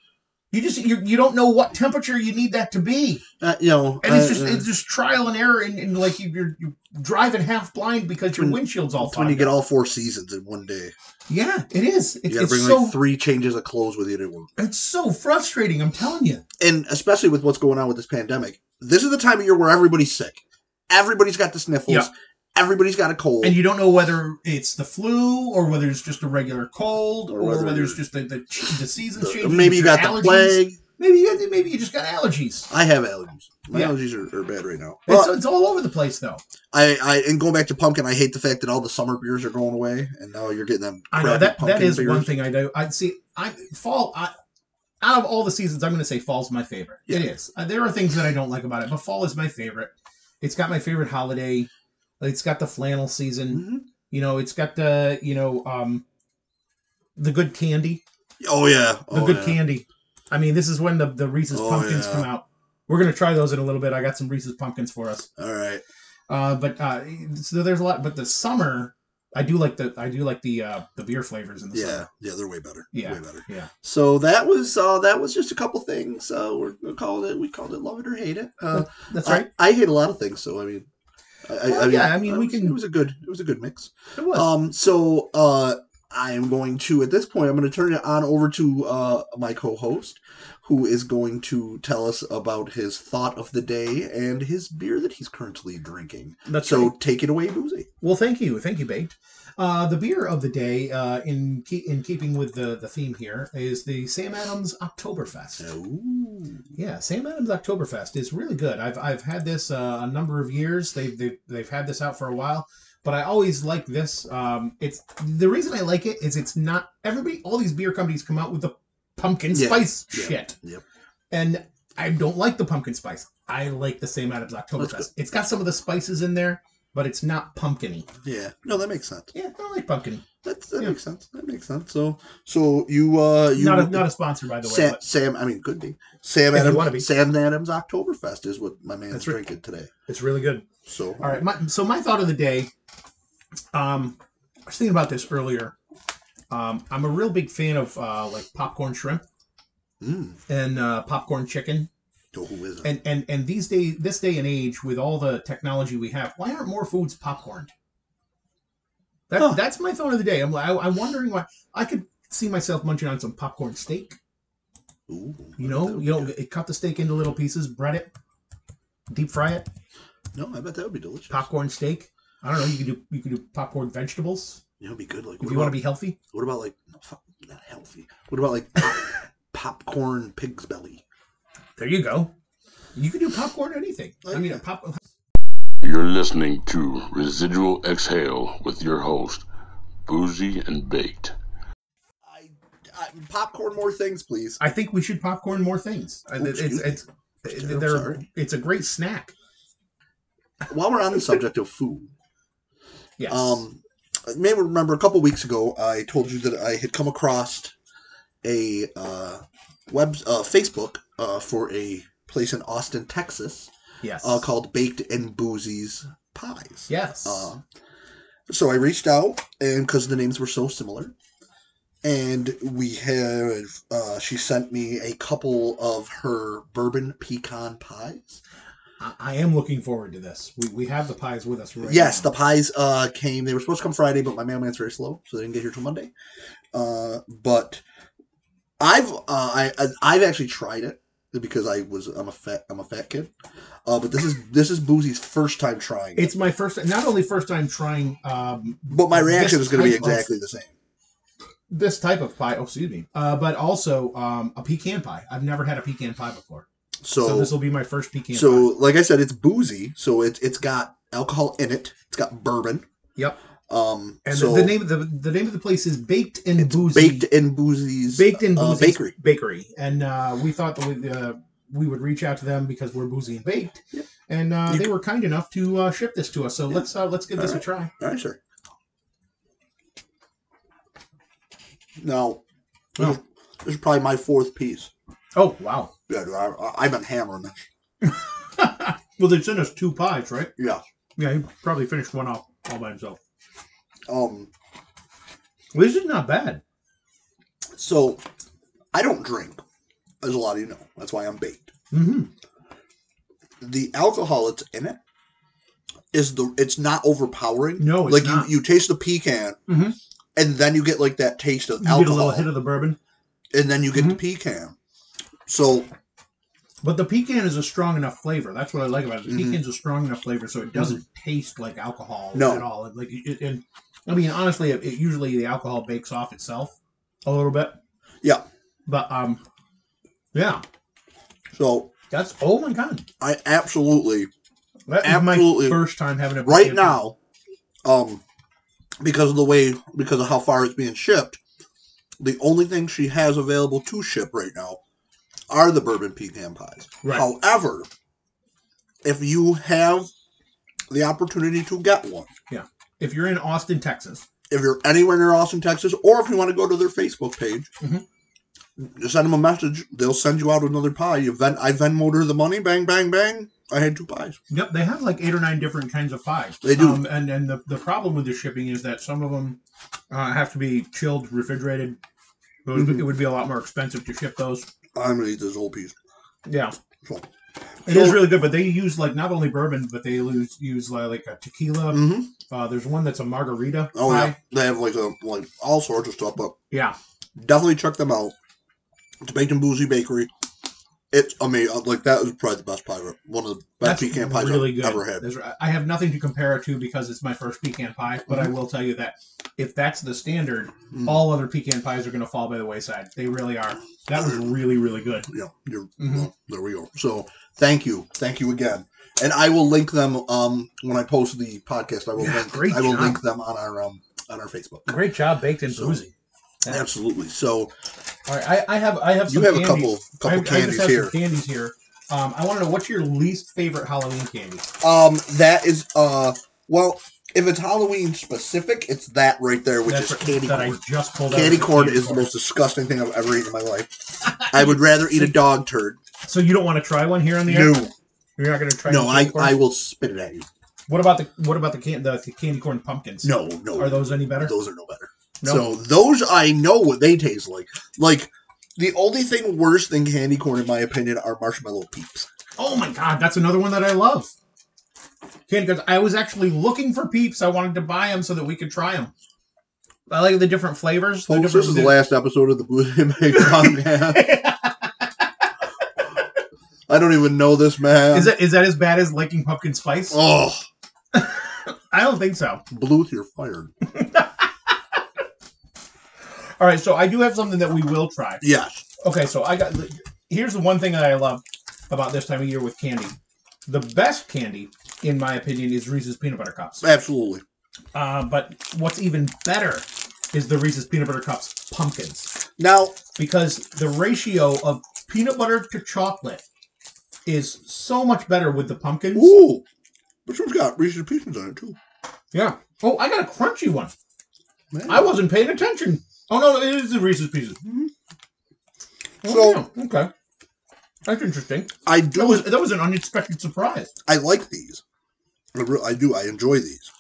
[SPEAKER 2] You just you, you don't know what temperature you need that to be,
[SPEAKER 3] Uh, you know.
[SPEAKER 2] and it's
[SPEAKER 3] I-
[SPEAKER 2] just
[SPEAKER 3] uh,
[SPEAKER 2] it's just trial and error, and, and like you, you're, you're driving half blind because your
[SPEAKER 3] When-
[SPEAKER 2] windshield's all
[SPEAKER 3] it's when you
[SPEAKER 2] fogged.
[SPEAKER 3] get
[SPEAKER 2] up.
[SPEAKER 3] all four seasons in one day.
[SPEAKER 2] yeah, it is.
[SPEAKER 3] You
[SPEAKER 2] It's,
[SPEAKER 3] got to
[SPEAKER 2] it's
[SPEAKER 3] bring
[SPEAKER 2] so
[SPEAKER 3] like three changes of clothes with you to work.
[SPEAKER 2] it's so frustrating. I'm telling you.
[SPEAKER 3] and especially with what's going on with this pandemic, this is the time of year where everybody's sick. Everybody's got the sniffles.
[SPEAKER 2] Yeah.
[SPEAKER 3] Everybody's got a cold.
[SPEAKER 2] and you don't know whether it's the flu or whether it's just a regular cold or,
[SPEAKER 3] Or
[SPEAKER 2] whether,
[SPEAKER 3] whether
[SPEAKER 2] it's just the the, ch- the season
[SPEAKER 3] The-
[SPEAKER 2] change.
[SPEAKER 3] Uh, maybe you got the plague.
[SPEAKER 2] Maybe you, maybe you just got allergies.
[SPEAKER 3] I have allergies. My
[SPEAKER 2] Yeah.
[SPEAKER 3] allergies are, are bad right now.
[SPEAKER 2] It's,
[SPEAKER 3] But
[SPEAKER 2] it's all over the place though.
[SPEAKER 3] I, I and going back to pumpkin, I hate the fact that all the summer beers are going away, and now you're getting them.
[SPEAKER 2] I know
[SPEAKER 3] crappy
[SPEAKER 2] that
[SPEAKER 3] pumpkin
[SPEAKER 2] that is
[SPEAKER 3] beers.
[SPEAKER 2] one thing I do. I see. I fall. I, out of all the seasons, I'm going to say fall's my favorite. It is. Uh, there are things that I don't like about it, but fall is my favorite. It's got my favorite holiday. It's got the flannel season.
[SPEAKER 3] Mhm.
[SPEAKER 2] You know, it's got the you know um, the good candy.
[SPEAKER 3] Oh yeah,
[SPEAKER 2] the
[SPEAKER 3] oh,
[SPEAKER 2] good
[SPEAKER 3] yeah.
[SPEAKER 2] candy. I mean, this is when the, the Reese's
[SPEAKER 3] Oh,
[SPEAKER 2] pumpkins
[SPEAKER 3] yeah.
[SPEAKER 2] come out. We're gonna try those in a little bit. I got some Reese's pumpkins for us.
[SPEAKER 3] All right,
[SPEAKER 2] Uh, but uh, so there's a lot. But the summer, I do like the I do like the uh, the beer flavors in the
[SPEAKER 3] yeah,
[SPEAKER 2] summer.
[SPEAKER 3] yeah, they're way better.
[SPEAKER 2] Yeah,
[SPEAKER 3] way better.
[SPEAKER 2] yeah.
[SPEAKER 3] So that was uh, that was just a couple things. Uh, we're, we called it we called it love it or hate it. Uh,
[SPEAKER 2] That's
[SPEAKER 3] I-
[SPEAKER 2] right.
[SPEAKER 3] I, hate a lot of things, so I mean, I, I-
[SPEAKER 2] Well,
[SPEAKER 3] I mean,
[SPEAKER 2] yeah, I mean,
[SPEAKER 3] it
[SPEAKER 2] we
[SPEAKER 3] was-
[SPEAKER 2] can-
[SPEAKER 3] It was a good, it was a good mix.
[SPEAKER 2] It was.
[SPEAKER 3] Um, so uh, I am going to at this point, I'm going to turn it on over to uh my co-host, who is going to tell us about his thought of the day and his beer that he's currently drinking.
[SPEAKER 2] That's
[SPEAKER 3] so
[SPEAKER 2] right.
[SPEAKER 3] take it away, boozy.
[SPEAKER 2] Well, thank you, thank you, Baked. Uh, the beer of the day, uh, in ke- in keeping with the the theme here, is the Sam Adams Oktoberfest.
[SPEAKER 3] Ooh.
[SPEAKER 2] Yeah, Sam Adams Oktoberfest is really good. I've I've had this uh, a number of years. They've, they've they've had this out for a while, but I always like this. Um, it's the reason I like it is it's not everybody. All these beer companies come out with the pumpkin
[SPEAKER 3] Yeah,
[SPEAKER 2] spice
[SPEAKER 3] yeah,
[SPEAKER 2] shit.
[SPEAKER 3] yep.
[SPEAKER 2] And I don't like the pumpkin spice. I like the Sam Adams
[SPEAKER 3] good.
[SPEAKER 2] Oktoberfest. It's got some of the spices in there, but it's not pumpkiny.
[SPEAKER 3] Yeah, no, that makes sense.
[SPEAKER 2] Yeah, I like pumpkiny.
[SPEAKER 3] That's that
[SPEAKER 2] Yeah.
[SPEAKER 3] makes sense. That makes sense. So, so you, uh, you
[SPEAKER 2] not a, not a sponsor by the way.
[SPEAKER 3] Sam,
[SPEAKER 2] but
[SPEAKER 3] Sam, I mean, could be Sam
[SPEAKER 2] If you wanna be.
[SPEAKER 3] Adams. Sam Adams Oktoberfest is what my man's
[SPEAKER 2] That's right.
[SPEAKER 3] drinking today.
[SPEAKER 2] it's really good.
[SPEAKER 3] So,
[SPEAKER 2] All right. My, so my thought of the day. Um, I was thinking about this earlier. Um, I'm a real big fan of uh, like popcorn shrimp
[SPEAKER 3] Mm.
[SPEAKER 2] and uh, popcorn chicken.
[SPEAKER 3] Oh, who isn't?
[SPEAKER 2] And and and these day this day and age with all the technology we have, why aren't more foods popcorned? That,
[SPEAKER 3] Huh.
[SPEAKER 2] That's my thought of the day. I'm like, I, I'm wondering why I could see myself munching on some popcorn steak.
[SPEAKER 3] Ooh,
[SPEAKER 2] You
[SPEAKER 3] I
[SPEAKER 2] know,
[SPEAKER 3] bet that would
[SPEAKER 2] you
[SPEAKER 3] be
[SPEAKER 2] know,
[SPEAKER 3] good.
[SPEAKER 2] it- cut the steak into little pieces, bread it, deep fry it,
[SPEAKER 3] No, I bet that would be delicious.
[SPEAKER 2] popcorn steak. I don't know. You could do you could do popcorn vegetables
[SPEAKER 3] You know, it'd be good. Like,
[SPEAKER 2] if
[SPEAKER 3] what
[SPEAKER 2] you
[SPEAKER 3] about,
[SPEAKER 2] want to be healthy.
[SPEAKER 3] what about like, no, fuck, not healthy. What about like pop- popcorn pig's belly?
[SPEAKER 2] There you go. You can do popcorn or anything.
[SPEAKER 3] Oh,
[SPEAKER 2] I mean, a pop.
[SPEAKER 1] You're listening to Residual Exhale with your host, Boozy and Baked.
[SPEAKER 3] I, I popcorn more things, please.
[SPEAKER 2] I think we should popcorn more things. I-
[SPEAKER 3] Oh,
[SPEAKER 2] it's
[SPEAKER 3] excuse
[SPEAKER 2] it's
[SPEAKER 3] me.
[SPEAKER 2] they're-
[SPEAKER 3] I'm sorry.
[SPEAKER 2] it's a great snack.
[SPEAKER 3] While we're on the subject of food,
[SPEAKER 2] Yes.
[SPEAKER 3] um, you may remember a couple weeks ago I told you that I had come across a uh, web uh, Facebook uh, for a place in Austin, Texas,
[SPEAKER 2] yes.
[SPEAKER 3] uh, called Baked and Boozy's Pies.
[SPEAKER 2] yes.
[SPEAKER 3] Uh, so I reached out, and because the names were so similar, and we have, uh, she sent me a couple of her bourbon pecan pies.
[SPEAKER 2] I, I am looking forward to this. We, we have the pies with us right
[SPEAKER 3] yes,
[SPEAKER 2] now.
[SPEAKER 3] the pies uh, came. They were supposed to come Friday, but my mailman's very slow, so they didn't get here till Monday. Uh, but I've uh, I I- I've actually tried it because I was I'm a fat I'm a fat kid. Uh, but this is this is Boozy's first time trying. It.
[SPEAKER 2] It's my first, not only first time trying um,
[SPEAKER 3] But my reaction
[SPEAKER 2] this
[SPEAKER 3] is going to be
[SPEAKER 2] type of-
[SPEAKER 3] exactly the same.
[SPEAKER 2] this type of pie. Oh, excuse me. Uh, but also um, a pecan pie. I've never had a pecan pie before, so,
[SPEAKER 3] So
[SPEAKER 2] this will be my first pecan.
[SPEAKER 3] so
[SPEAKER 2] pie.
[SPEAKER 3] like I said, it's boozy. So it's it's got alcohol in it. It's got bourbon.
[SPEAKER 2] Yep.
[SPEAKER 3] Um,
[SPEAKER 2] And
[SPEAKER 3] so
[SPEAKER 2] the, the name of the the name of the place is Baked and Boozy.
[SPEAKER 3] baked in boozy's
[SPEAKER 2] baked in
[SPEAKER 3] uh,
[SPEAKER 2] Boozy's
[SPEAKER 3] bakery.
[SPEAKER 2] bakery, and uh, we thought that we, uh, we would reach out to them because we're boozy and baked,
[SPEAKER 3] Yep.
[SPEAKER 2] and uh,
[SPEAKER 3] You
[SPEAKER 2] they were kind enough to uh, ship this to us. So
[SPEAKER 3] Yeah.
[SPEAKER 2] let's uh, let's give this
[SPEAKER 3] Alright.
[SPEAKER 2] a try.
[SPEAKER 3] All right, sir. Now,
[SPEAKER 2] Yeah.
[SPEAKER 3] this is probably my fourth piece.
[SPEAKER 2] Oh wow!
[SPEAKER 3] Yeah, dude, I, I- I've been hammering this.
[SPEAKER 2] well, they sent us two pies, right?
[SPEAKER 3] Yeah.
[SPEAKER 2] Yeah, he probably finished one off all by himself.
[SPEAKER 3] Um.
[SPEAKER 2] This is not bad.
[SPEAKER 3] So, I don't drink, as a lot of you know. That's why I'm baked.
[SPEAKER 2] Mm-hmm.
[SPEAKER 3] The alcohol that's in it is the. It's not overpowering.
[SPEAKER 2] No, it's
[SPEAKER 3] like
[SPEAKER 2] not.
[SPEAKER 3] you, you taste the pecan,
[SPEAKER 2] Mhm.
[SPEAKER 3] and then you get like that taste of
[SPEAKER 2] You get a
[SPEAKER 3] alcohol,
[SPEAKER 2] little hit of Mm-hmm. the bourbon,
[SPEAKER 3] and then you get the pecan. So
[SPEAKER 2] but the pecan is a strong enough flavor. That's what I like about it. The
[SPEAKER 3] Mhm.
[SPEAKER 2] pecan's a strong enough flavor, so it doesn't taste like alcohol
[SPEAKER 3] Mm-hmm. No.
[SPEAKER 2] at all. It- Like it, it- and I mean, honestly, it, it usually the alcohol bakes off itself a little bit.
[SPEAKER 3] Yeah.
[SPEAKER 2] But um, yeah,
[SPEAKER 3] so
[SPEAKER 2] that's oh my god,
[SPEAKER 3] I absolutely
[SPEAKER 2] that is
[SPEAKER 3] Absolutely.
[SPEAKER 2] my first time having a
[SPEAKER 3] right
[SPEAKER 2] pecan
[SPEAKER 3] now, um, because of the way, because of how far it's being shipped, the only thing she has available to ship right now are the bourbon pecan pies.
[SPEAKER 2] Right.
[SPEAKER 3] However, if you have the opportunity to get one,
[SPEAKER 2] If you're in Austin, Texas,
[SPEAKER 3] if you're anywhere near Austin, Texas, or if you want to go to their Facebook page,
[SPEAKER 2] Mhm.
[SPEAKER 3] you send them a message. They'll send you out another pie. You ven- I Venmoed her the money. Bang, bang, bang. I had two pies.
[SPEAKER 2] Yep, they have like eight or nine different kinds of pies.
[SPEAKER 3] They do.
[SPEAKER 2] Um, and and the, the problem with the shipping is that some of them uh, have to be chilled, refrigerated. It would,
[SPEAKER 3] Mhm.
[SPEAKER 2] it would be a lot more expensive to ship those.
[SPEAKER 3] I'm gonna eat this whole piece.
[SPEAKER 2] Yeah.
[SPEAKER 3] Sure.
[SPEAKER 2] It is really good, but they use like not only bourbon, but they use, use like, like a tequila.
[SPEAKER 3] Mm-hmm.
[SPEAKER 2] Uh, there's one that's a margarita.
[SPEAKER 3] Oh yeah,
[SPEAKER 2] pie.
[SPEAKER 3] they have like a like all sorts of stuff, but
[SPEAKER 2] yeah.
[SPEAKER 3] definitely check them out. It's Baked and Boozy Bakery. It's amazing. Like that is probably the best pie, ever. one of the best pecan pies I've ever had.
[SPEAKER 2] There's- I have nothing to compare it to because it's my first pecan pie, but I will tell you that if that's the standard,
[SPEAKER 3] Mm-hmm. Mm.
[SPEAKER 2] all other pecan pies are going to fall by the wayside. They really are. That was really, really good.
[SPEAKER 3] Yeah, you're,
[SPEAKER 2] Mhm.
[SPEAKER 3] well, there we go. So thank you, thank you again, and I will link them um when I post the podcast. I will
[SPEAKER 2] Yeah,
[SPEAKER 3] link
[SPEAKER 2] great
[SPEAKER 3] I will
[SPEAKER 2] job.
[SPEAKER 3] link them on our um on our Facebook.
[SPEAKER 2] Great job, baked and
[SPEAKER 3] So-
[SPEAKER 2] boozy. Yeah.
[SPEAKER 3] Absolutely. So
[SPEAKER 2] All right, I, I have I have some
[SPEAKER 3] you have
[SPEAKER 2] candies.
[SPEAKER 3] a couple
[SPEAKER 2] I,
[SPEAKER 3] couple
[SPEAKER 2] I just
[SPEAKER 3] candies
[SPEAKER 2] have
[SPEAKER 3] here.
[SPEAKER 2] Some candies here. Um, I want to know what's your least favorite Halloween candy.
[SPEAKER 3] Um, that is uh well. If it's Halloween specific, it's that right there, which
[SPEAKER 2] That's
[SPEAKER 3] is
[SPEAKER 2] what-
[SPEAKER 3] candy
[SPEAKER 2] that
[SPEAKER 3] corn.
[SPEAKER 2] I just pulled. out
[SPEAKER 3] Candy
[SPEAKER 2] of the
[SPEAKER 3] corn is the
[SPEAKER 2] corn.
[SPEAKER 3] most disgusting thing I've ever eaten in my life. I would rather eat a dog turd.
[SPEAKER 2] So you don't want to try one here on the air?
[SPEAKER 3] No,
[SPEAKER 2] You're not going to try.
[SPEAKER 3] no,
[SPEAKER 2] the
[SPEAKER 3] I,
[SPEAKER 2] candy corn?
[SPEAKER 3] I will spit it at you.
[SPEAKER 2] What about the what about the, can, the, the candy corn pumpkins?
[SPEAKER 3] No,
[SPEAKER 2] Are
[SPEAKER 3] no,
[SPEAKER 2] those any better?
[SPEAKER 3] those are no better.
[SPEAKER 2] No.
[SPEAKER 3] So those I know what they taste like. Like the only thing worse than candy corn, in my opinion, are marshmallow peeps.
[SPEAKER 2] Oh my god, that's another one that I love. Candy corn. I was actually looking for peeps. I wanted to buy them so that we could try them. I like the different flavors. the
[SPEAKER 3] Folks, this
[SPEAKER 2] different
[SPEAKER 3] is the last episode of the Blue Handbag podcast. I don't even know this man.
[SPEAKER 2] Is that is that as bad as liking pumpkin spice?
[SPEAKER 3] Oh,
[SPEAKER 2] I don't think so.
[SPEAKER 3] Bluth, you're fired.
[SPEAKER 2] All right, so I do have something that we will try.
[SPEAKER 3] Yes.
[SPEAKER 2] Okay, so I got here's the one thing that I love about this time of year with candy. The best candy, in my opinion, is Reese's peanut butter cups.
[SPEAKER 3] Absolutely.
[SPEAKER 2] Uh, but what's even better is the Reese's peanut butter cups pumpkins
[SPEAKER 3] Now,
[SPEAKER 2] because the ratio of peanut butter to chocolate is so much better with the pumpkins.
[SPEAKER 3] ooh, this one's got Reese's Pieces on it too.
[SPEAKER 2] Yeah. Oh, I got a crunchy one.
[SPEAKER 3] Man.
[SPEAKER 2] I wasn't paying attention. Oh no, it is the Reese's Pieces.
[SPEAKER 3] Mhm.
[SPEAKER 2] Oh, yeah, okay, that's interesting.
[SPEAKER 3] I
[SPEAKER 2] That
[SPEAKER 3] do.
[SPEAKER 2] was that was an unexpected surprise.
[SPEAKER 3] I like these. I, re- I do. I enjoy these.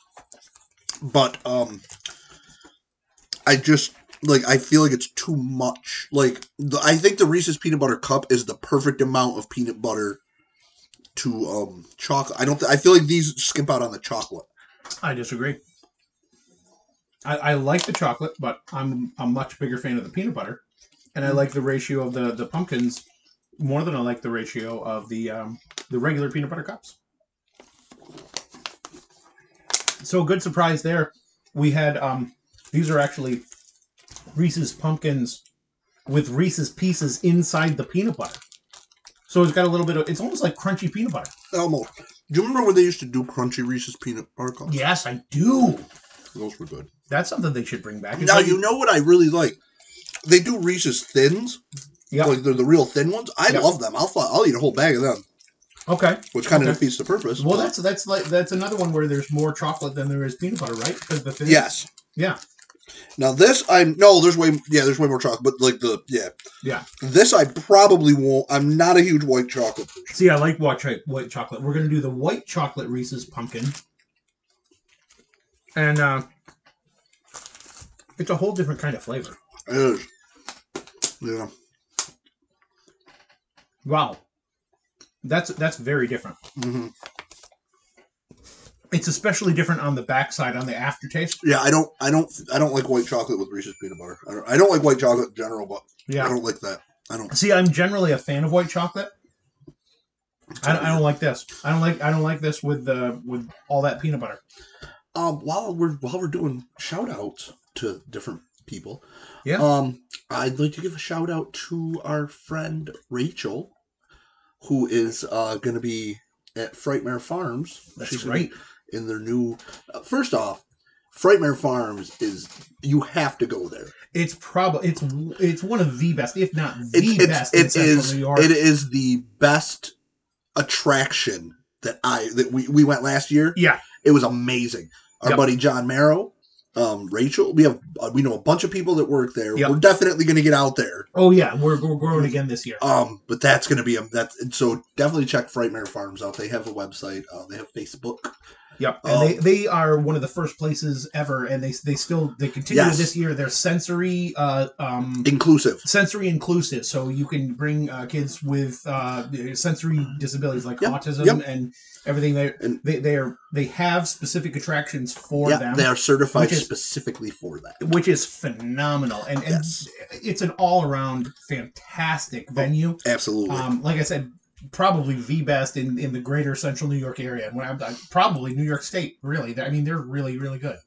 [SPEAKER 3] But um, I just like I feel like it's too much. Like the, I think the Reese's peanut butter cup is the perfect amount of peanut butter to um chocolate. I don't. Th- I feel like these skimp out on the chocolate.
[SPEAKER 2] I disagree. I, I like the chocolate, but I'm a much bigger fan of the peanut butter, and I
[SPEAKER 3] Mm.
[SPEAKER 2] like the ratio of the the pumpkins more than I like the ratio of the um, the regular peanut butter cups. So good surprise there. We had um, these are actually Reese's pumpkins with Reese's pieces inside the peanut butter. So it's got a little bit of it's almost like crunchy peanut butter.
[SPEAKER 3] Elmo, do you remember when they used to do crunchy Reese's peanut butter cups?
[SPEAKER 2] Yes, I do.
[SPEAKER 3] those were good.
[SPEAKER 2] That's something they should bring back. It's
[SPEAKER 3] Now
[SPEAKER 2] like-
[SPEAKER 3] you know what I really like. They do Reese's thins,
[SPEAKER 2] Yep.
[SPEAKER 3] like they're the real thin ones. I
[SPEAKER 2] Yep.
[SPEAKER 3] love them. I'll fi- I'll eat a whole bag of them,
[SPEAKER 2] Okay.
[SPEAKER 3] which kind of
[SPEAKER 2] Okay.
[SPEAKER 3] defeats the purpose.
[SPEAKER 2] Well,
[SPEAKER 3] but-
[SPEAKER 2] that's that's like that's another one where there's more chocolate than there is peanut butter, right? Because the thin.
[SPEAKER 3] Yes.
[SPEAKER 2] Yeah.
[SPEAKER 3] Now this I'm no, there's way yeah, there's way more chocolate, but like the yeah.
[SPEAKER 2] Yeah.
[SPEAKER 3] This I probably won't I'm not a huge white chocolate person.
[SPEAKER 2] See, I like white cho- white chocolate. We're gonna do the white chocolate Reese's pumpkin, and uh, it's a whole different kind of flavor.
[SPEAKER 3] It is. Yeah.
[SPEAKER 2] Wow, that's that's very different.
[SPEAKER 3] hmm
[SPEAKER 2] It's especially different on the backside on the aftertaste.
[SPEAKER 3] Yeah, I don't I don't I don't like white chocolate with Reese's peanut butter. I don't, I don't like white chocolate in general, but I
[SPEAKER 2] Yeah.
[SPEAKER 3] don't like that. I don't
[SPEAKER 2] See, I'm generally a fan of white chocolate. I don't, I don't like this. I don't like I don't like this with the with all that peanut butter.
[SPEAKER 3] um while we're while we're doing shout outs to different people.
[SPEAKER 2] Yeah.
[SPEAKER 3] Um I'd like to give a shout out to our friend Rachel, who is uh gonna be at Frightmare Farms.
[SPEAKER 2] That's
[SPEAKER 3] She's gonna be
[SPEAKER 2] right.
[SPEAKER 3] in their new. Uh, first off, Frightmare Farms is you have to go there.
[SPEAKER 2] It's probably it's it's one of the best, if not the
[SPEAKER 3] It's,
[SPEAKER 2] best
[SPEAKER 3] it's
[SPEAKER 2] in
[SPEAKER 3] it
[SPEAKER 2] Central
[SPEAKER 3] is
[SPEAKER 2] New York.
[SPEAKER 3] it is the best attraction that I that we we went last year.
[SPEAKER 2] Yeah.
[SPEAKER 3] It was amazing. Our
[SPEAKER 2] Yep.
[SPEAKER 3] buddy John Marrow, um, Rachel. We have uh, we know a bunch of people that work there.
[SPEAKER 2] Yep.
[SPEAKER 3] We're definitely going to get out there.
[SPEAKER 2] Oh yeah, we're we're growing again this year.
[SPEAKER 3] Um, but that's going to be a that's and so definitely check Frightmare Farms out. They have a website. Uh, they have Facebook.
[SPEAKER 2] Yep, and
[SPEAKER 3] um,
[SPEAKER 2] they, they are one of the first places ever, and they they still they continue
[SPEAKER 3] Yes.
[SPEAKER 2] this year. They're sensory uh um
[SPEAKER 3] Inclusive.
[SPEAKER 2] sensory inclusive, so you can bring uh, kids with uh sensory disabilities like
[SPEAKER 3] Yep,
[SPEAKER 2] autism
[SPEAKER 3] yep.
[SPEAKER 2] and everything. They
[SPEAKER 3] And-
[SPEAKER 2] they they are they have specific attractions for
[SPEAKER 3] yeah,
[SPEAKER 2] them.
[SPEAKER 3] they are certified
[SPEAKER 2] which is-
[SPEAKER 3] specifically for that.
[SPEAKER 2] which is phenomenal, and, and
[SPEAKER 3] Yes. Oh.
[SPEAKER 2] it's an all-around fantastic venue.
[SPEAKER 3] Absolutely.
[SPEAKER 2] um, like I said, probably the best in, in the greater central New York area. And when I'm, i probably New York State, really. I mean, they're really, really good.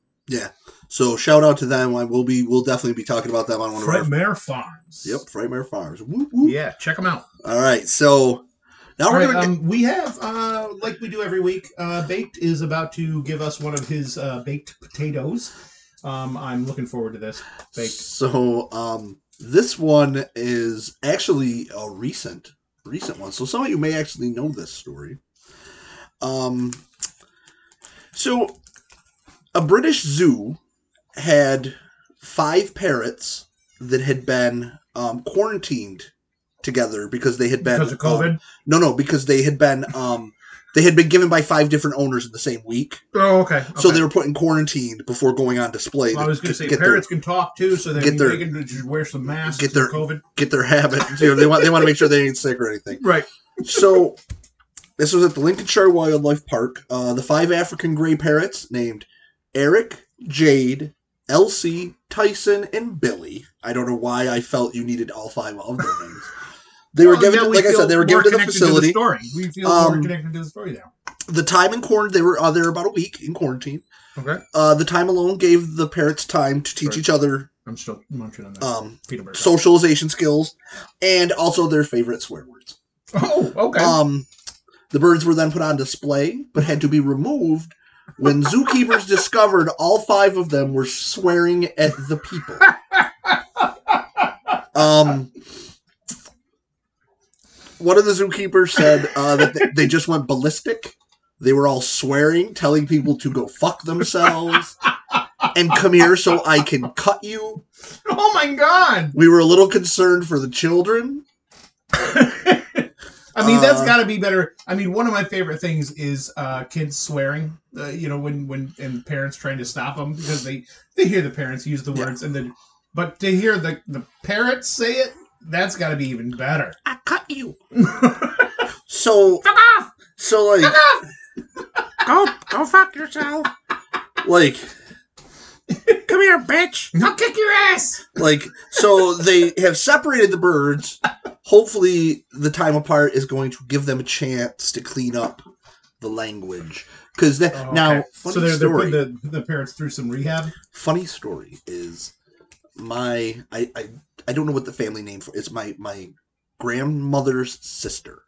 [SPEAKER 3] So shout out to them. I will be. We'll definitely be talking about them on one of
[SPEAKER 2] Fred
[SPEAKER 3] our.
[SPEAKER 2] Mare Farms.
[SPEAKER 3] Yep, Frightmare Farms. Whoop, whoop.
[SPEAKER 2] Yeah, check them out.
[SPEAKER 3] All right. So now
[SPEAKER 2] All
[SPEAKER 3] we're
[SPEAKER 2] right,
[SPEAKER 3] gonna.
[SPEAKER 2] um, we have, uh, like we do every week, uh, Baked is about to give us one of his uh, baked potatoes. Um, I'm looking forward to this.
[SPEAKER 3] get,
[SPEAKER 2] Baked.
[SPEAKER 3] so um, this one is actually a recent, recent one. So some of you may actually know this story. Um. So, a British zoo had five parrots that had been um, quarantined together because they had been
[SPEAKER 2] Because of
[SPEAKER 3] um,
[SPEAKER 2] COVID.
[SPEAKER 3] No, no, because they had been um, They had been given by five different owners in the same week,
[SPEAKER 2] Oh, okay.
[SPEAKER 3] so
[SPEAKER 2] okay.
[SPEAKER 3] they were put in quarantine before going on display.
[SPEAKER 2] Well, I
[SPEAKER 3] to-
[SPEAKER 2] was going
[SPEAKER 3] to
[SPEAKER 2] to say
[SPEAKER 3] get their
[SPEAKER 2] parrots can talk too, so they,
[SPEAKER 3] get their-
[SPEAKER 2] they can just wear some masks.
[SPEAKER 3] get their-
[SPEAKER 2] for COVID.
[SPEAKER 3] get their habit. You know, they want they want to make sure they ain't sick or anything.
[SPEAKER 2] Right.
[SPEAKER 3] So this was at the Lincolnshire Wildlife Park. Uh, the five African gray parrots named Eric, Jade, Elsie, Tyson, and Billy. I don't know why I felt you needed all five of their names. They were
[SPEAKER 2] Well,
[SPEAKER 3] given,
[SPEAKER 2] now we
[SPEAKER 3] like I
[SPEAKER 2] feel
[SPEAKER 3] said, they were
[SPEAKER 2] more
[SPEAKER 3] given to the
[SPEAKER 2] connected
[SPEAKER 3] facility.
[SPEAKER 2] story. We feel more
[SPEAKER 3] Um,
[SPEAKER 2] connected to the story now.
[SPEAKER 3] the time in quarantine, they were uh, there about a week in quarantine.
[SPEAKER 2] Okay.
[SPEAKER 3] Uh, the time alone gave the parrots time to teach
[SPEAKER 2] Right.
[SPEAKER 3] each other
[SPEAKER 2] I'm still munching on that.
[SPEAKER 3] um,
[SPEAKER 2] peanut butter.
[SPEAKER 3] socialization skills and also their favorite swear words.
[SPEAKER 2] oh, okay.
[SPEAKER 3] Um, the birds were then put on display, but had to be removed when zookeepers discovered all five of them were swearing at the people. Um, one of the zookeepers said uh, that they- they just went ballistic. They were all swearing, telling people to go fuck themselves and come here so I can cut you.
[SPEAKER 2] oh my god.
[SPEAKER 3] We were a little concerned for the children.
[SPEAKER 2] I mean, that's
[SPEAKER 3] Uh,
[SPEAKER 2] got to be better. I mean, one of my favorite things is uh, kids swearing. Uh, you know, when when and parents trying to stop them because they they hear the parents use the
[SPEAKER 3] Yeah.
[SPEAKER 2] words and then, but to hear the the parents say it, that's got to be even better.
[SPEAKER 3] I cut you. so So like
[SPEAKER 4] Go, go fuck yourself.
[SPEAKER 3] like
[SPEAKER 4] Come here, bitch.
[SPEAKER 2] I'll kick your ass.
[SPEAKER 3] like so they have separated the birds. Hopefully the time apart is going to give them a chance to clean up the language. Cause that
[SPEAKER 2] Oh,
[SPEAKER 3] now
[SPEAKER 2] okay.
[SPEAKER 3] funny
[SPEAKER 2] so they're, they're
[SPEAKER 3] story.
[SPEAKER 2] putting the, the parents through some rehab.
[SPEAKER 3] funny story is my I, I I don't know what the family name for it's my my grandmother's sister.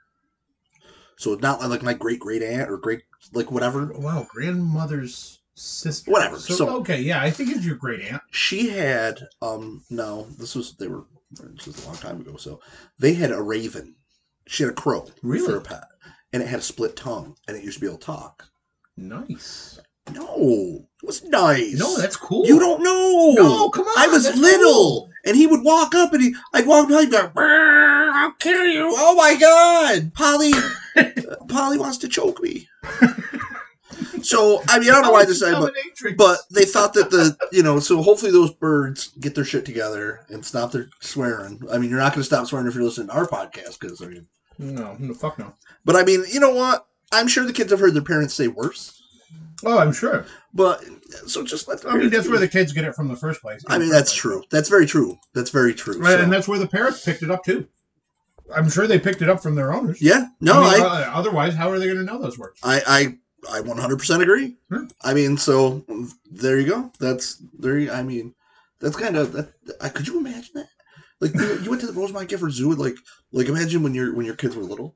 [SPEAKER 3] So it's not like my great great aunt or great like whatever.
[SPEAKER 2] Wow, grandmother's sister.
[SPEAKER 3] Whatever,
[SPEAKER 2] So,
[SPEAKER 3] so-
[SPEAKER 2] okay, yeah, I think it's your great aunt.
[SPEAKER 3] she had um no this was they were this was a long time ago so they had a raven she had a crow
[SPEAKER 2] Really?
[SPEAKER 3] for a pet and it had a split tongue and it used to be able to talk
[SPEAKER 2] Nice.
[SPEAKER 3] no it was nice
[SPEAKER 2] No, that's cool.
[SPEAKER 3] you don't know
[SPEAKER 2] No, come on.
[SPEAKER 3] i was
[SPEAKER 2] that's
[SPEAKER 3] little
[SPEAKER 2] cool.
[SPEAKER 3] and he would walk up and he i'd walk behind him "Brrr, i'll kill you oh my god polly polly wants to choke me so i mean i don't know why this
[SPEAKER 2] Oh,
[SPEAKER 3] but
[SPEAKER 2] dominatrix.
[SPEAKER 3] but they thought that the you know so hopefully those birds get their shit together and stop their swearing i mean you're not going to stop swearing if you're listening to our podcast because i mean
[SPEAKER 2] no, no, fuck no.
[SPEAKER 3] but i mean you know what i'm sure the kids have heard their parents say worse
[SPEAKER 2] Oh, I'm sure.
[SPEAKER 3] but so just let the
[SPEAKER 2] I mean,
[SPEAKER 3] parents
[SPEAKER 2] that's
[SPEAKER 3] do
[SPEAKER 2] where the
[SPEAKER 3] it.
[SPEAKER 2] kids get it from the first place.
[SPEAKER 3] i mean that's true that's very true that's very true
[SPEAKER 2] Right,
[SPEAKER 3] So-
[SPEAKER 2] and that's where the parents picked it up too. I'm sure they picked it up from their owners.
[SPEAKER 3] yeah no
[SPEAKER 2] I mean,
[SPEAKER 3] I,
[SPEAKER 2] uh, otherwise, how are they going to know those words?
[SPEAKER 3] I i i 100% agree
[SPEAKER 2] Hmm.
[SPEAKER 3] i mean so there you go that's there you, i mean that's kind of that I, could you imagine that like you, you went to the rosemont gifford zoo and like like imagine when your when your kids were little